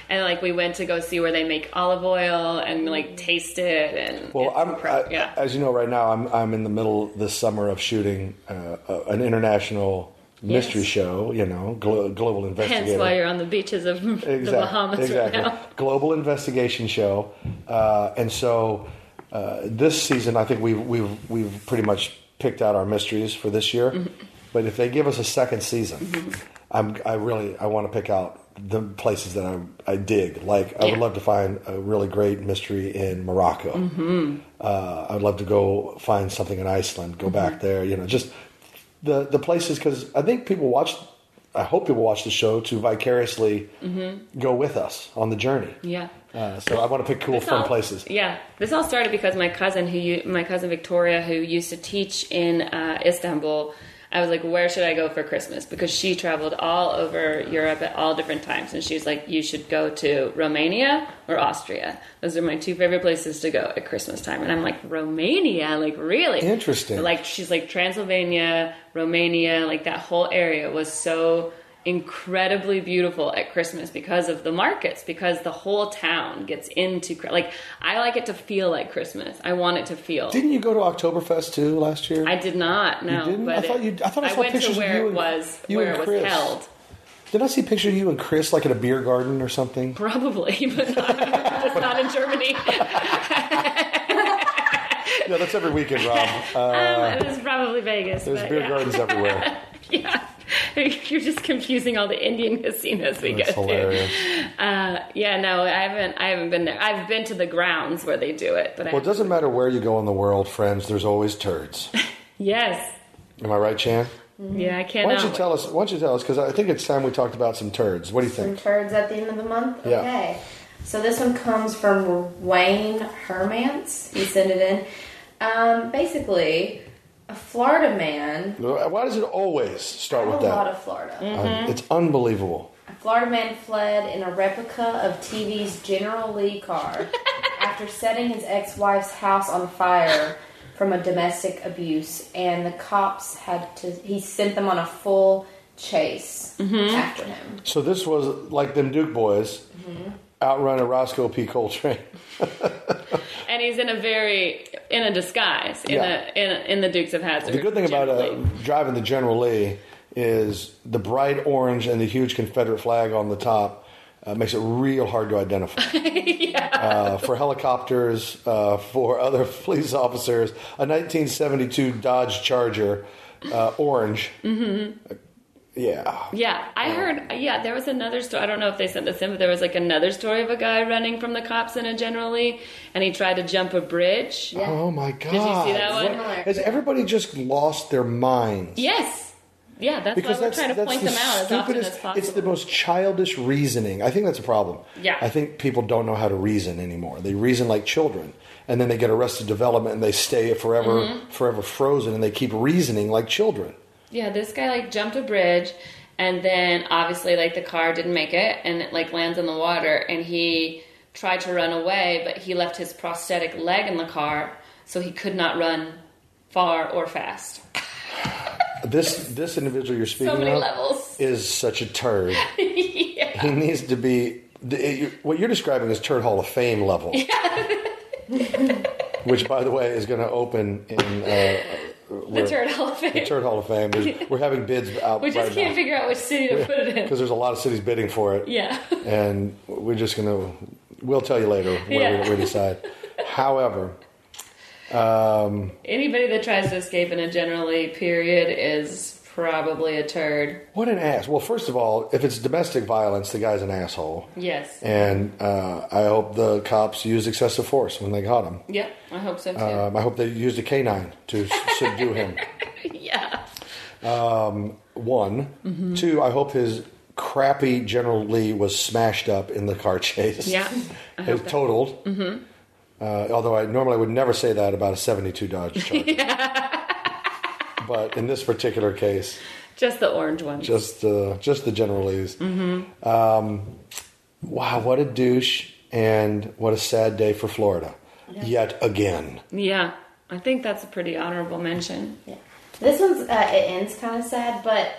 Speaker 2: And like we went to go see where they make olive oil and like taste it and
Speaker 1: Well,
Speaker 2: it's
Speaker 1: I'm
Speaker 2: incre-
Speaker 1: I,
Speaker 2: yeah.
Speaker 1: as you know right now. I'm I'm in the middle this summer of shooting uh, a- an international mystery
Speaker 2: Yes.
Speaker 1: show. You know, glo- global investigator.
Speaker 2: Hence why you're on the beaches of the Bahamas
Speaker 1: exactly.
Speaker 2: right now.
Speaker 1: Global investigation show, uh, and so uh, this season, I think we've we've we've pretty much picked out our mysteries for this year.
Speaker 2: Mm-hmm.
Speaker 1: But if they give us a second season, I'm I really I want to pick out the places that I I dig. Like I would
Speaker 2: Yeah. Mm-hmm.
Speaker 1: love to find a really great mystery in Morocco. Uh, I'd love to go find something in Iceland.
Speaker 2: Mm-hmm.
Speaker 1: Go back there. You know, just the the places because I think people watch. I hope people watch the show to vicariously go with us on the journey.
Speaker 2: Mm-hmm. Yeah.
Speaker 1: Uh, so I want to pick cool,
Speaker 2: This
Speaker 1: fun
Speaker 2: all-
Speaker 1: places.
Speaker 2: Yeah, this all started because my cousin, who u- my cousin Victoria, who used to teach in uh, Istanbul, I was like, "Where should I go for Christmas?" Because she traveled all over Europe at all different times, and she was like, "You should go to Romania or Austria. Those are my two favorite places to go at Christmas time." And I'm like, "Romania? Like really?
Speaker 1: Interesting.
Speaker 2: Like she's like Transylvania, Romania, like that whole area was so." incredibly beautiful at Christmas because of the markets, because the whole town gets into Chri- like I like it to feel like Christmas. I want it to feel.
Speaker 1: Didn't you go to Oktoberfest too last year?
Speaker 2: I did not. No,
Speaker 1: didn't?
Speaker 2: but
Speaker 1: I thought
Speaker 2: it-
Speaker 1: you- I thought I saw
Speaker 2: went
Speaker 1: pictures
Speaker 2: to
Speaker 1: of
Speaker 2: where
Speaker 1: you
Speaker 2: it
Speaker 1: and-
Speaker 2: was
Speaker 1: you
Speaker 2: where
Speaker 1: and
Speaker 2: it
Speaker 1: Chris.
Speaker 2: was held.
Speaker 1: Did I see a picture of you and Chris like at a beer garden or something?
Speaker 2: Probably, but not, just not in Germany.
Speaker 1: no, that's every weekend, Rob. Uh,
Speaker 2: um, it was probably Vegas.
Speaker 1: there's
Speaker 2: but
Speaker 1: beer
Speaker 2: yeah.
Speaker 1: gardens everywhere.
Speaker 2: yeah. You're just confusing all the Indian casinos we
Speaker 1: That's
Speaker 2: go
Speaker 1: hilarious.
Speaker 2: to. Uh, yeah, no, I haven't. I haven't been there. I've been to the grounds where they do it, but I
Speaker 1: Well, it doesn't matter where you go in the world, friends. There's always turds.
Speaker 2: yes,
Speaker 1: Am I right, Chan?
Speaker 2: yeah, I cannot.
Speaker 1: Why don't you tell us? Why don't you tell us? Because I think it's time we talked about some turds. What do you
Speaker 3: Some
Speaker 1: think?
Speaker 3: turds at the end of the month?
Speaker 1: Yeah.
Speaker 3: Okay. So this one comes from Wayne Hermance. He sent it in. Um, basically, a Florida man.
Speaker 1: Why does it always start with
Speaker 3: A lot
Speaker 1: that?
Speaker 3: of Florida.
Speaker 2: Mm.
Speaker 1: I- it's unbelievable.
Speaker 3: A Florida man fled in a replica of TV's General Lee car after setting his ex wife's house on fire from a domestic abuse, and the cops had to, he sent them on a full chase after him.
Speaker 1: So this was like them Duke boys outrun a Roscoe P. Coltrane.
Speaker 2: and he's in a very in a disguise in
Speaker 1: Yeah.
Speaker 2: a, in a, in the Dukes of Hazzard.
Speaker 1: The good thing about uh, driving the General Lee is the bright orange and the huge Confederate flag on the top uh, makes it real hard to identify uh, for helicopters, uh, for other police officers. A 1972 Dodge Charger, uh, orange. Mm-hmm. Yeah.
Speaker 2: yeah, I heard. Yeah, there was another story. I don't know if they sent this in, but there was like another story of a guy running from the cops in a General Lee, and he tried to jump a bridge.
Speaker 3: Yeah.
Speaker 1: Oh my God!
Speaker 2: you see that one?
Speaker 1: What- Has everybody just lost their minds?
Speaker 2: Yes, yeah, that's
Speaker 1: because
Speaker 2: why we're
Speaker 1: that's,
Speaker 2: trying to
Speaker 1: that's
Speaker 2: point
Speaker 1: the
Speaker 2: them out as often as
Speaker 1: stupidest.
Speaker 2: possible.
Speaker 1: it's the most childish reasoning. I think that's a problem.
Speaker 2: Yeah.
Speaker 1: I think people don't know how to reason anymore. They reason like children, and then they get arrested development, and they stay forever,
Speaker 2: Mm-hmm.
Speaker 1: forever frozen, and they keep reasoning like children.
Speaker 2: Yeah, this guy like jumped a bridge and then obviously like the car didn't make it and it like lands in the water and he tried to run away but he left his prosthetic leg in the car so he could not run far or fast.
Speaker 1: This this individual you're speaking
Speaker 2: many
Speaker 1: of
Speaker 2: levels.
Speaker 1: is such a turd. He needs to be. the- you- What you're describing is turd hall of fame level. Which, by the way, is going to open in uh,
Speaker 2: the turd elephant.
Speaker 1: the Turd Hall of Fame. There's- We're having bids out
Speaker 2: we just
Speaker 1: right
Speaker 2: can't figure out which city to put it in.
Speaker 1: because there's a lot of cities bidding for it.
Speaker 2: Yeah.
Speaker 1: and we're just gonna. We'll tell you later where
Speaker 2: Yeah.
Speaker 1: we, we decide. However,
Speaker 2: Anybody that tries to escape in a generally period is probably a turd.
Speaker 1: What an ass. Well, first of all, if it's domestic violence, the guy's an asshole.
Speaker 2: Yes.
Speaker 1: And uh, I hope the cops used excessive force when they caught him.
Speaker 2: Yep. I hope so too.
Speaker 1: Um, I hope they used a canine to s- subdue him.
Speaker 2: yeah.
Speaker 1: One.
Speaker 2: Mm-hmm.
Speaker 1: Two, I hope his crappy General Lee was smashed up in the car chase.
Speaker 2: Yeah, I hope
Speaker 1: It
Speaker 2: that-
Speaker 1: totaled. Mm-hmm. Uh, although I normally would never say that about a 72 Dodge Charger. But in this particular case,
Speaker 2: Just the orange one.
Speaker 1: just uh, just the General Lees. Mm-hmm. Um, wow, what a douche and what a sad day for Florida. Yet again.
Speaker 2: yeah. I think that's a pretty honorable mention.
Speaker 3: Yeah. This one's uh, it ends kind of sad, but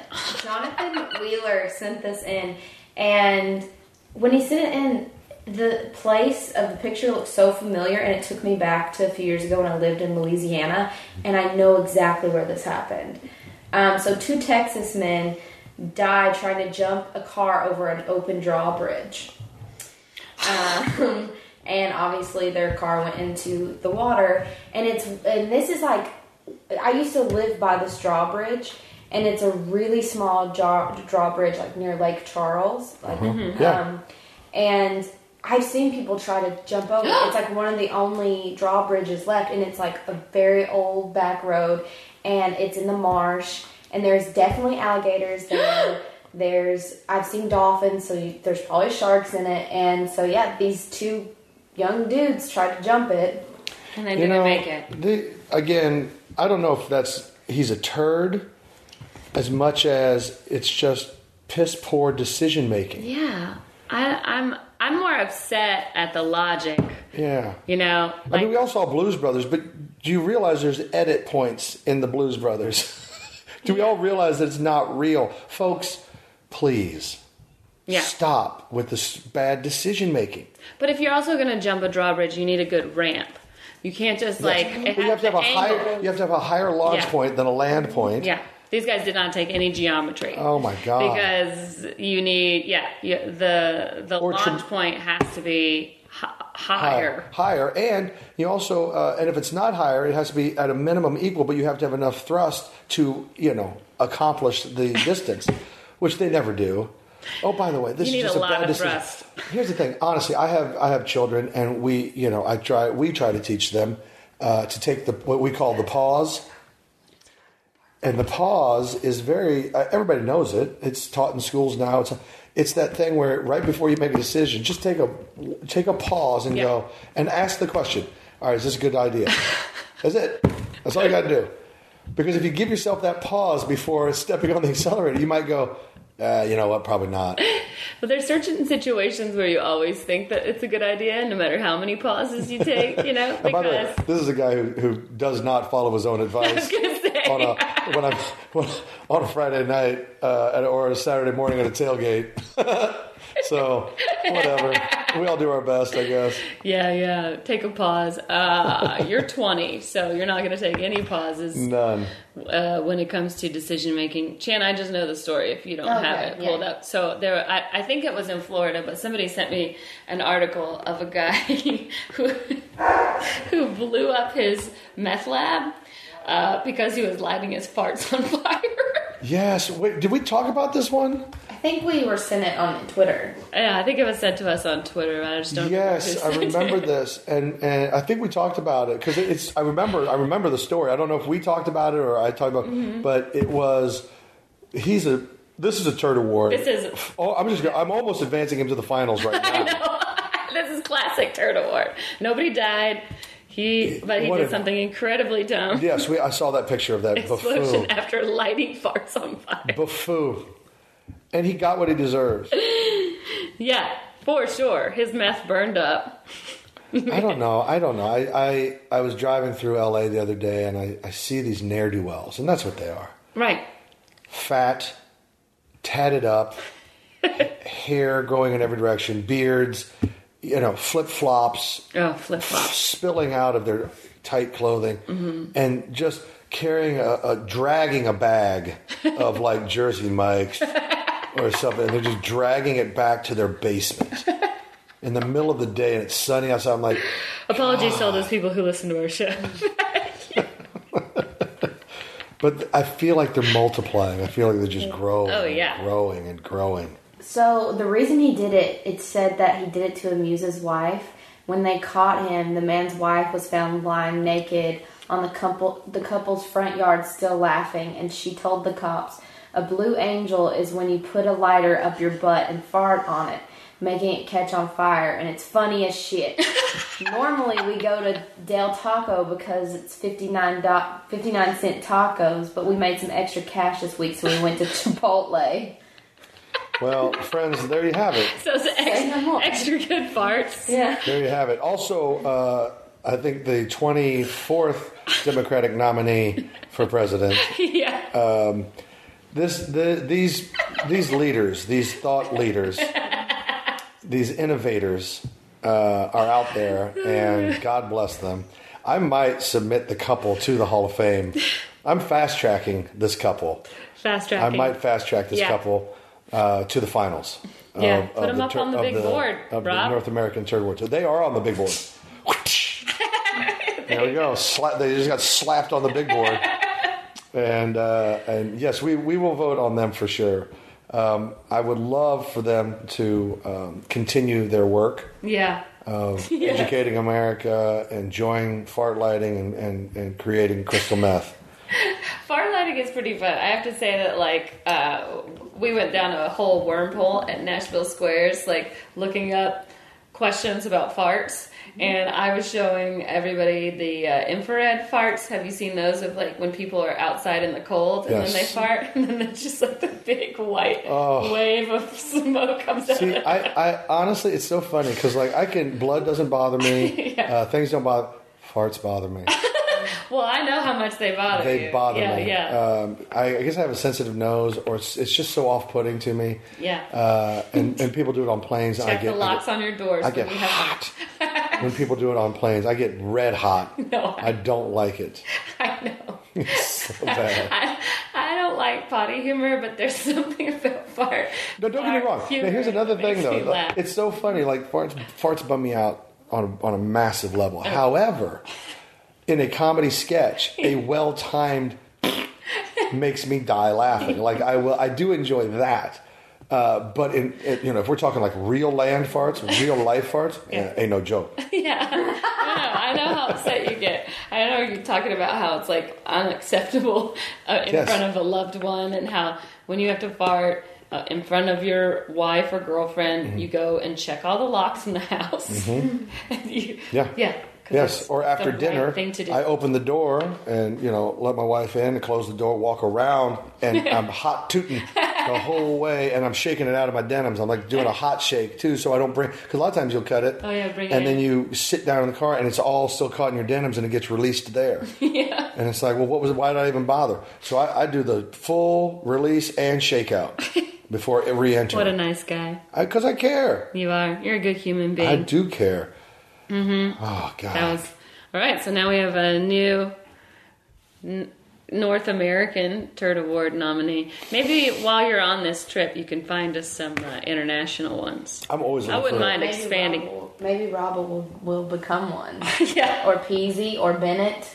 Speaker 3: Jonathan Wheeler sent this in, and when he sent it in, the place of the picture looked so familiar, and it took me back to a few years ago when I lived in Louisiana, and I know exactly where this happened. Um, so two Texas men died trying to jump a car over an open drawbridge. Um, and obviously their car went into the water. And it's and this is like I used to live by this drawbridge, and it's a really small jaw, drawbridge like near Lake Charles. Like,
Speaker 1: Yeah.
Speaker 3: um, and I've seen people try to jump over. it. it's like one of the only drawbridges left, and it's like a very old back road, and it's in the marsh, and there's definitely alligators there. there's I've seen dolphins, so you, there's probably sharks in it, and so yeah, these two young dudes tried to jump it.
Speaker 2: And they
Speaker 1: You
Speaker 2: didn't
Speaker 1: know,
Speaker 2: make it.
Speaker 1: the- again, I don't know if that's he's a turd as much as it's just piss poor decision making.
Speaker 2: Yeah. I, I'm I'm more upset at the logic.
Speaker 1: Yeah.
Speaker 2: You
Speaker 1: I
Speaker 2: know,
Speaker 1: mean,
Speaker 2: like
Speaker 1: we all saw Blues Brothers, but do you realize there's edit points in the Blues Brothers? do we all realize that it's not real? Folks, please
Speaker 2: yeah.
Speaker 1: stop with this bad decision making.
Speaker 2: But if you're also going to jump a drawbridge, you need a good ramp. You can't just like it
Speaker 1: you have
Speaker 2: has
Speaker 1: to have a
Speaker 2: the angle.
Speaker 1: higher you have to have a higher launch
Speaker 2: Yeah.
Speaker 1: point than a land point.
Speaker 2: Yeah, these guys did not take any geometry.
Speaker 1: Oh my God.
Speaker 2: Because you need yeah, you, the the
Speaker 1: Or
Speaker 2: launch
Speaker 1: tra-
Speaker 2: point has to be hi- higher.
Speaker 1: Higher. higher, and you also, uh, and if it's not higher, it has to be at a minimum equal, but you have to have enough thrust to, you know, accomplish the distance, which they never do. Oh, by the way, this
Speaker 2: You
Speaker 1: is
Speaker 2: need
Speaker 1: just
Speaker 2: a
Speaker 1: a,
Speaker 2: lot
Speaker 1: bad
Speaker 2: of
Speaker 1: decision.
Speaker 2: thrust.
Speaker 1: Here's the thing, honestly, I have I have children, and we, you know, I try we try to teach them uh, to take the what we call the pause. And the pause is very. Uh, everybody knows it. It's taught in schools now. It's it's that thing where right before you make a decision, just take a take a pause and
Speaker 2: Yeah.
Speaker 1: go and ask the question. All right, is this a good idea? That's it. That's all you got to do. Because if you give yourself that pause before stepping on the accelerator, you might go, uh, you know what, probably not.
Speaker 2: But there's certain situations where you always think that it's a good idea, no matter how many pauses you take. You know,
Speaker 1: And by the way,
Speaker 2: because
Speaker 1: this is a guy who, who does not follow his own advice
Speaker 2: gonna say.
Speaker 1: on a when I'm when, on a Friday night uh, at, or a Saturday morning at a tailgate. so whatever, we all do our best, I guess.
Speaker 2: yeah, yeah, take a pause. Uh, you're 20, so you're not going to take any pauses.
Speaker 1: None.
Speaker 2: uh, when it comes to decision making. Chan, I just know the story if you don't
Speaker 3: Okay,
Speaker 2: have it
Speaker 3: yeah.
Speaker 2: pulled up. So there, I, I think it was in Florida, but somebody sent me an article of a guy who who blew up his meth lab uh, because he was lighting his farts on fire.
Speaker 1: Yes. Wait, did we talk about this one?
Speaker 3: I think we were sent it on Twitter.
Speaker 2: yeah, I think it was sent to us on Twitter. But I just don't.
Speaker 1: yes, I
Speaker 2: remember who sent
Speaker 1: remember
Speaker 2: it.
Speaker 1: this, and and I think we talked about it because it's. I remember. I remember the story. I don't know if we talked about it or I talked about,
Speaker 2: Mm-hmm.
Speaker 1: but it was. He's a. This is a turd award.
Speaker 2: This is-
Speaker 1: Oh, I'm just. gonna- I'm almost advancing him to the finals right now.
Speaker 2: this is classic turd award. Nobody died. He, but he
Speaker 1: What
Speaker 2: did
Speaker 1: a-
Speaker 2: something incredibly dumb.
Speaker 1: yes, we. I saw that picture of that
Speaker 2: Explosion
Speaker 1: buffoon.
Speaker 2: after lighting farts on fire.
Speaker 1: Buffoon. And he got what he deserves.
Speaker 2: Yeah, for sure. His meth burned up.
Speaker 1: I don't know. I don't know. I, I I was driving through LA the other day and I, I see these ne'er do wells, and that's what they are.
Speaker 2: Right.
Speaker 1: fat, tatted up, hair going in every direction, beards, you know, flip flops
Speaker 2: Oh, flip flops.
Speaker 1: spilling out of their tight clothing,
Speaker 2: Mm-hmm.
Speaker 1: and just carrying a, a dragging a bag of like Jersey Mike's or something. They're just dragging it back to their basement. In the middle of the day and it's sunny outside, I'm like,
Speaker 2: Apologies to all those people who listen to our show.
Speaker 1: But I feel like they're multiplying. I feel like they're just growing.
Speaker 2: Oh,
Speaker 1: and
Speaker 2: yeah.
Speaker 1: growing and growing.
Speaker 3: So the reason he did it, it said that he did it to amuse his wife. When they caught him, the man's wife was found lying naked on the couple the couple's front yard, still laughing, and she told the cops, "A blue angel is when you put a lighter up your butt and fart on it." Making it catch on fire, and it's funny as shit. Normally, we go to Del Taco because it's 59, do- 59 cent tacos, but we made some extra cash this week, so we went to Chipotle.
Speaker 1: Well, friends, there you have it.
Speaker 2: So it's
Speaker 3: Say no more.
Speaker 2: extra, extra good farts.
Speaker 3: Yeah.
Speaker 1: There you have it. Also, uh, I think the 24th Democratic nominee for president.
Speaker 2: yeah.
Speaker 1: Uh, This, the, these, these leaders, these thought leaders, these innovators uh, are out there, and God bless them. I might submit the couple to the Hall of Fame. I'm fast tracking this couple.
Speaker 2: Fast
Speaker 1: I
Speaker 2: tracking.
Speaker 1: might fast track this
Speaker 2: Yeah.
Speaker 1: couple uh, to the finals.
Speaker 2: Yeah, put 'em up
Speaker 1: tur-
Speaker 2: on the big board,
Speaker 1: of the
Speaker 2: Rob.
Speaker 1: North American Turd Award. So they are on the big board. there we go. Sla- they just got slapped on the big board. and uh, and yes, we, we will vote on them for sure. Um, I would love for them to um, continue their work
Speaker 2: Yeah.
Speaker 1: of educating America, enjoying fart lighting, and, and, and creating crystal meth.
Speaker 2: Fire lighting is pretty fun. I have to say that, like, uh, we went down a whole wormhole at Nashville Squares, like, looking up questions about farts.
Speaker 1: Mm-hmm.
Speaker 2: And I was showing everybody the uh, infrared farts. Have you seen those of like when people are outside in the cold and
Speaker 1: Yes.
Speaker 2: then they fart and then it's just like the big white
Speaker 1: Oh.
Speaker 2: wave of smoke comes out?
Speaker 1: See, I, I honestly, it's so funny because like I can blood doesn't bother me,
Speaker 2: Yeah.
Speaker 1: uh, things don't bother, farts bother me.
Speaker 2: Well, I know how much they bother you.
Speaker 1: They bother
Speaker 2: yeah,
Speaker 1: me.
Speaker 2: Yeah,
Speaker 1: Um, I, I guess I have a sensitive nose, or it's, it's just so off-putting to me.
Speaker 2: yeah.
Speaker 1: Uh, and, and people do it on planes. and I
Speaker 2: Check
Speaker 1: get
Speaker 2: the locks on your doors.
Speaker 1: I get, I
Speaker 2: when
Speaker 1: get
Speaker 2: you have
Speaker 1: hot when people do it on planes. I get red hot.
Speaker 2: No.
Speaker 1: I don't like it.
Speaker 2: I know.
Speaker 1: It's so bad.
Speaker 2: I, I don't like potty humor, but there's something about fart.
Speaker 1: No, don't get me
Speaker 2: fart
Speaker 1: wrong.
Speaker 2: humor
Speaker 1: Now, here's another
Speaker 2: that
Speaker 1: thing,
Speaker 2: makes me
Speaker 1: though.
Speaker 2: laugh.
Speaker 1: It's so funny. Like farts, farts bum me out on a, on a massive level.
Speaker 2: Oh.
Speaker 1: However, in a comedy sketch, a well timed makes me die laughing. Like I will, I do enjoy that. Uh, but in, in- you know, if we're talking like real land farts, real life farts, yeah. ain't no joke.
Speaker 2: yeah, I know. I know how upset you get. I know you're talking about how it's like unacceptable uh, in
Speaker 1: Yes.
Speaker 2: front of a loved one, and how when you have to fart. Uh, in front of your wife or girlfriend,
Speaker 1: Mm-hmm.
Speaker 2: you go and check all the locks in the house. And you-
Speaker 1: Yeah.
Speaker 2: yeah. 'cause
Speaker 1: Yes,
Speaker 2: it's
Speaker 1: or after
Speaker 2: the right
Speaker 1: dinner,
Speaker 2: thing to do.
Speaker 1: I open the door and you know let my wife in and close the door, walk around, and I'm hot tooting the whole way, and I'm shaking it out of my denims. I'm like doing a hot shake too, so I don't bring because a lot of times you'll cut it,
Speaker 2: Oh, yeah, bring it
Speaker 1: and
Speaker 2: in.
Speaker 1: then you sit down in the car and it's all still caught in your denims and it gets released there, yeah. and it's like, well, what was? Why did I even bother? So I, I do the full release and shake out before it re-enters
Speaker 2: what a nice guy
Speaker 1: because I, care,
Speaker 2: you are. You're a good human being.
Speaker 1: I do care. Mm-hmm. Oh God,
Speaker 2: That was all right. So now we have a new N- North American Turd Award nominee. Maybe while you're on this trip, you can find us some uh, international ones.
Speaker 1: I'm always.
Speaker 2: I
Speaker 1: looking
Speaker 2: wouldn't
Speaker 1: for-
Speaker 2: mind expanding.
Speaker 3: Rob will, maybe Rob will, will become one.
Speaker 2: yeah,
Speaker 3: or Peasy or Bennett.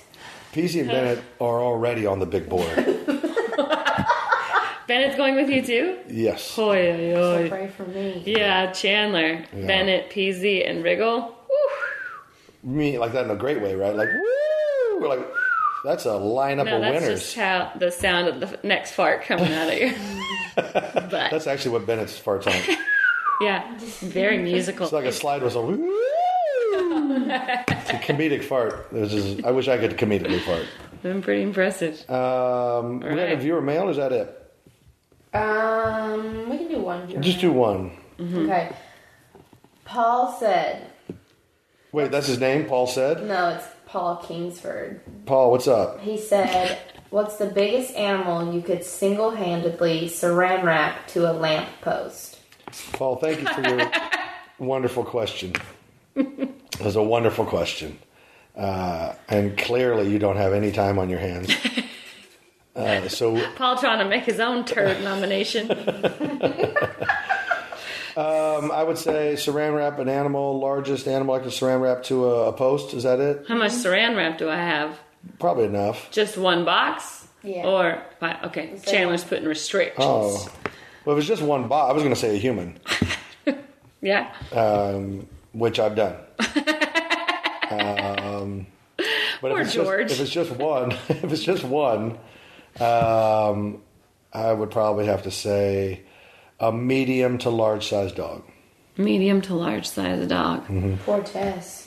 Speaker 1: PZ and Bennett are already on the big board.
Speaker 2: Bennett's going with you too.
Speaker 1: Yes.
Speaker 2: Oy, oy,
Speaker 3: So
Speaker 2: oy.
Speaker 3: pray for me.
Speaker 2: Yeah, Chandler,
Speaker 1: Yeah.
Speaker 2: Bennett, Peasy, and Wriggle. Woo.
Speaker 1: Me like that in a great way, right? Like woo! We're like that's a lineup
Speaker 2: No,
Speaker 1: of
Speaker 2: that's
Speaker 1: winners.
Speaker 2: just how the sound of the f- next fart coming out of your butt.
Speaker 1: that's actually what Bennett's farts on.
Speaker 2: yeah, very musical.
Speaker 1: It's like a slide whistle. Woo! It's a comedic fart. This is, I wish I could comedically fart.
Speaker 2: Been pretty impressive.
Speaker 1: Um, we got a
Speaker 2: Alright.
Speaker 1: viewer mail. Or is that it?
Speaker 3: Um, we can do one. here. Mm-hmm.
Speaker 1: Just do one.
Speaker 3: Okay. Paul said,
Speaker 1: Wait, that's his name. Paul said.
Speaker 3: no, it's Paul Kingsford.
Speaker 1: Paul, what's up?
Speaker 3: He said, what's the biggest animal you could single handedly saran wrap to a lamppost?
Speaker 1: Paul, thank you for your wonderful question. It was a wonderful question. Uh, and clearly, you don't have any time on your hands. Uh, so,
Speaker 2: Paul trying to make his own turd nomination.
Speaker 1: um, I would say saran wrap an animal, largest animal I could saran wrap to a, a post. Is that it?
Speaker 2: How much saran wrap do I have?
Speaker 1: Probably enough.
Speaker 2: Just one box?
Speaker 3: Yeah.
Speaker 2: Or fi- okay,
Speaker 3: Is that-
Speaker 2: Chandler's putting restrictions.
Speaker 1: Oh. Well, it was just one bot. I was going to say a human,
Speaker 2: Yeah.
Speaker 1: um, which I've done. um, but
Speaker 2: Poor
Speaker 1: if it's
Speaker 2: George.
Speaker 1: Just, if it's just one, if it's just one, um, I would probably have to say a medium to large size dog.
Speaker 2: Medium to large size dog.
Speaker 3: Poor Tess.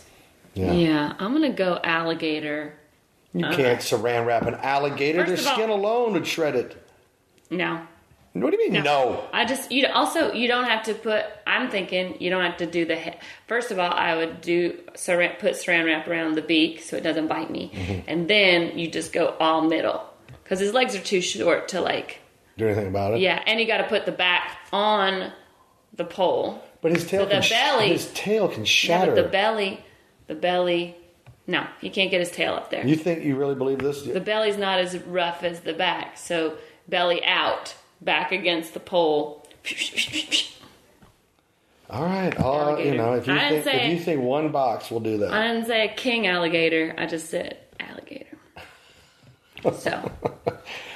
Speaker 1: Mm-hmm. Yeah.
Speaker 2: Yeah, I'm gonna go alligator.
Speaker 1: You can't saran wrap an alligator. Their
Speaker 2: First of
Speaker 1: skin
Speaker 2: all-
Speaker 1: alone would shred it.
Speaker 2: No.
Speaker 1: What do you mean? No.
Speaker 2: I just you also you don't have to put. I'm thinking you don't have to do the. he- First of all, I would do saran put saran wrap around the beak so it doesn't bite me,
Speaker 1: Mm-hmm.
Speaker 2: and then you just go all middle because his legs are too short to like.
Speaker 1: Do anything about it.
Speaker 2: Yeah, and you got to put the back on the pole.
Speaker 1: But his tail
Speaker 2: But the
Speaker 1: can sh-
Speaker 2: belly-
Speaker 1: his tail can
Speaker 2: Yeah,
Speaker 1: shatter.
Speaker 2: but the belly, the belly. No, you can't get his tail up there.
Speaker 1: you think you really believe this?
Speaker 2: the belly's not as rough as the back, so belly out, back against the pole.
Speaker 1: All right, I'll, you
Speaker 2: Alligator.
Speaker 1: know, if you
Speaker 2: I didn't
Speaker 1: think if
Speaker 2: say-
Speaker 1: you think one box will do that,
Speaker 2: I didn't say a king alligator. I just said alligator. So,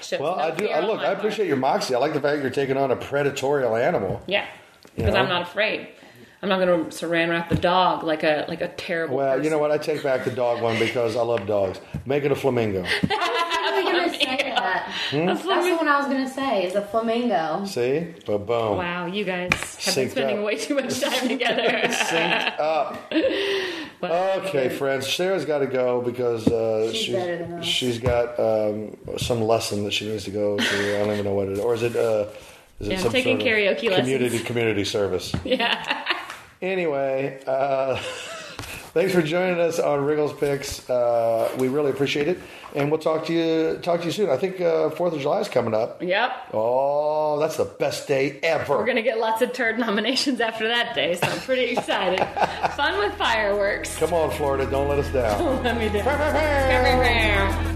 Speaker 2: shows
Speaker 1: well,
Speaker 2: no
Speaker 1: I do.
Speaker 2: fear
Speaker 1: I
Speaker 2: on
Speaker 1: look,
Speaker 2: my
Speaker 1: I appreciate
Speaker 2: part.
Speaker 1: your moxie. I like the fact you're taking on a predatorial animal.
Speaker 2: Yeah,
Speaker 1: You
Speaker 2: because
Speaker 1: know?
Speaker 2: I'm not afraid. I'm not going to saran wrap a dog like a like a terrible.
Speaker 1: Well, you know
Speaker 2: person.
Speaker 1: what? I take back the dog one because I love dogs. Make it a flamingo.
Speaker 3: I was gonna say that.
Speaker 1: hmm?
Speaker 2: That's what
Speaker 3: That's
Speaker 2: we-
Speaker 3: the one I was gonna say. Is a flamingo.
Speaker 1: See, but boom,
Speaker 2: Wow, you guys have been
Speaker 1: Synced
Speaker 2: spending
Speaker 1: up.
Speaker 2: way too much time together.
Speaker 1: synced up. Okay, friends. Sarah's got to go because uh,
Speaker 3: She's
Speaker 1: she's
Speaker 3: better than us.
Speaker 1: she's got um, some lesson that she needs to go to. I don't even know what it is. Or is it? Uh, is it
Speaker 2: Yeah, I'm
Speaker 1: some
Speaker 2: taking
Speaker 1: sort of
Speaker 2: karaoke lessons.
Speaker 1: community community service?
Speaker 2: yeah.
Speaker 1: Anyway, uh, thanks for joining us on Wriggles Picks. Uh, we really appreciate it, and we'll talk to you talk to you soon. I think uh, Fourth of July is coming up.
Speaker 2: Yep.
Speaker 1: Oh, that's the best day ever.
Speaker 2: We're gonna get lots of turd nominations after that day, so I'm pretty excited. Fun with fireworks.
Speaker 1: Come on, Florida, don't let us down.
Speaker 2: Let me do.
Speaker 1: Bam, bam, bam.
Speaker 2: it.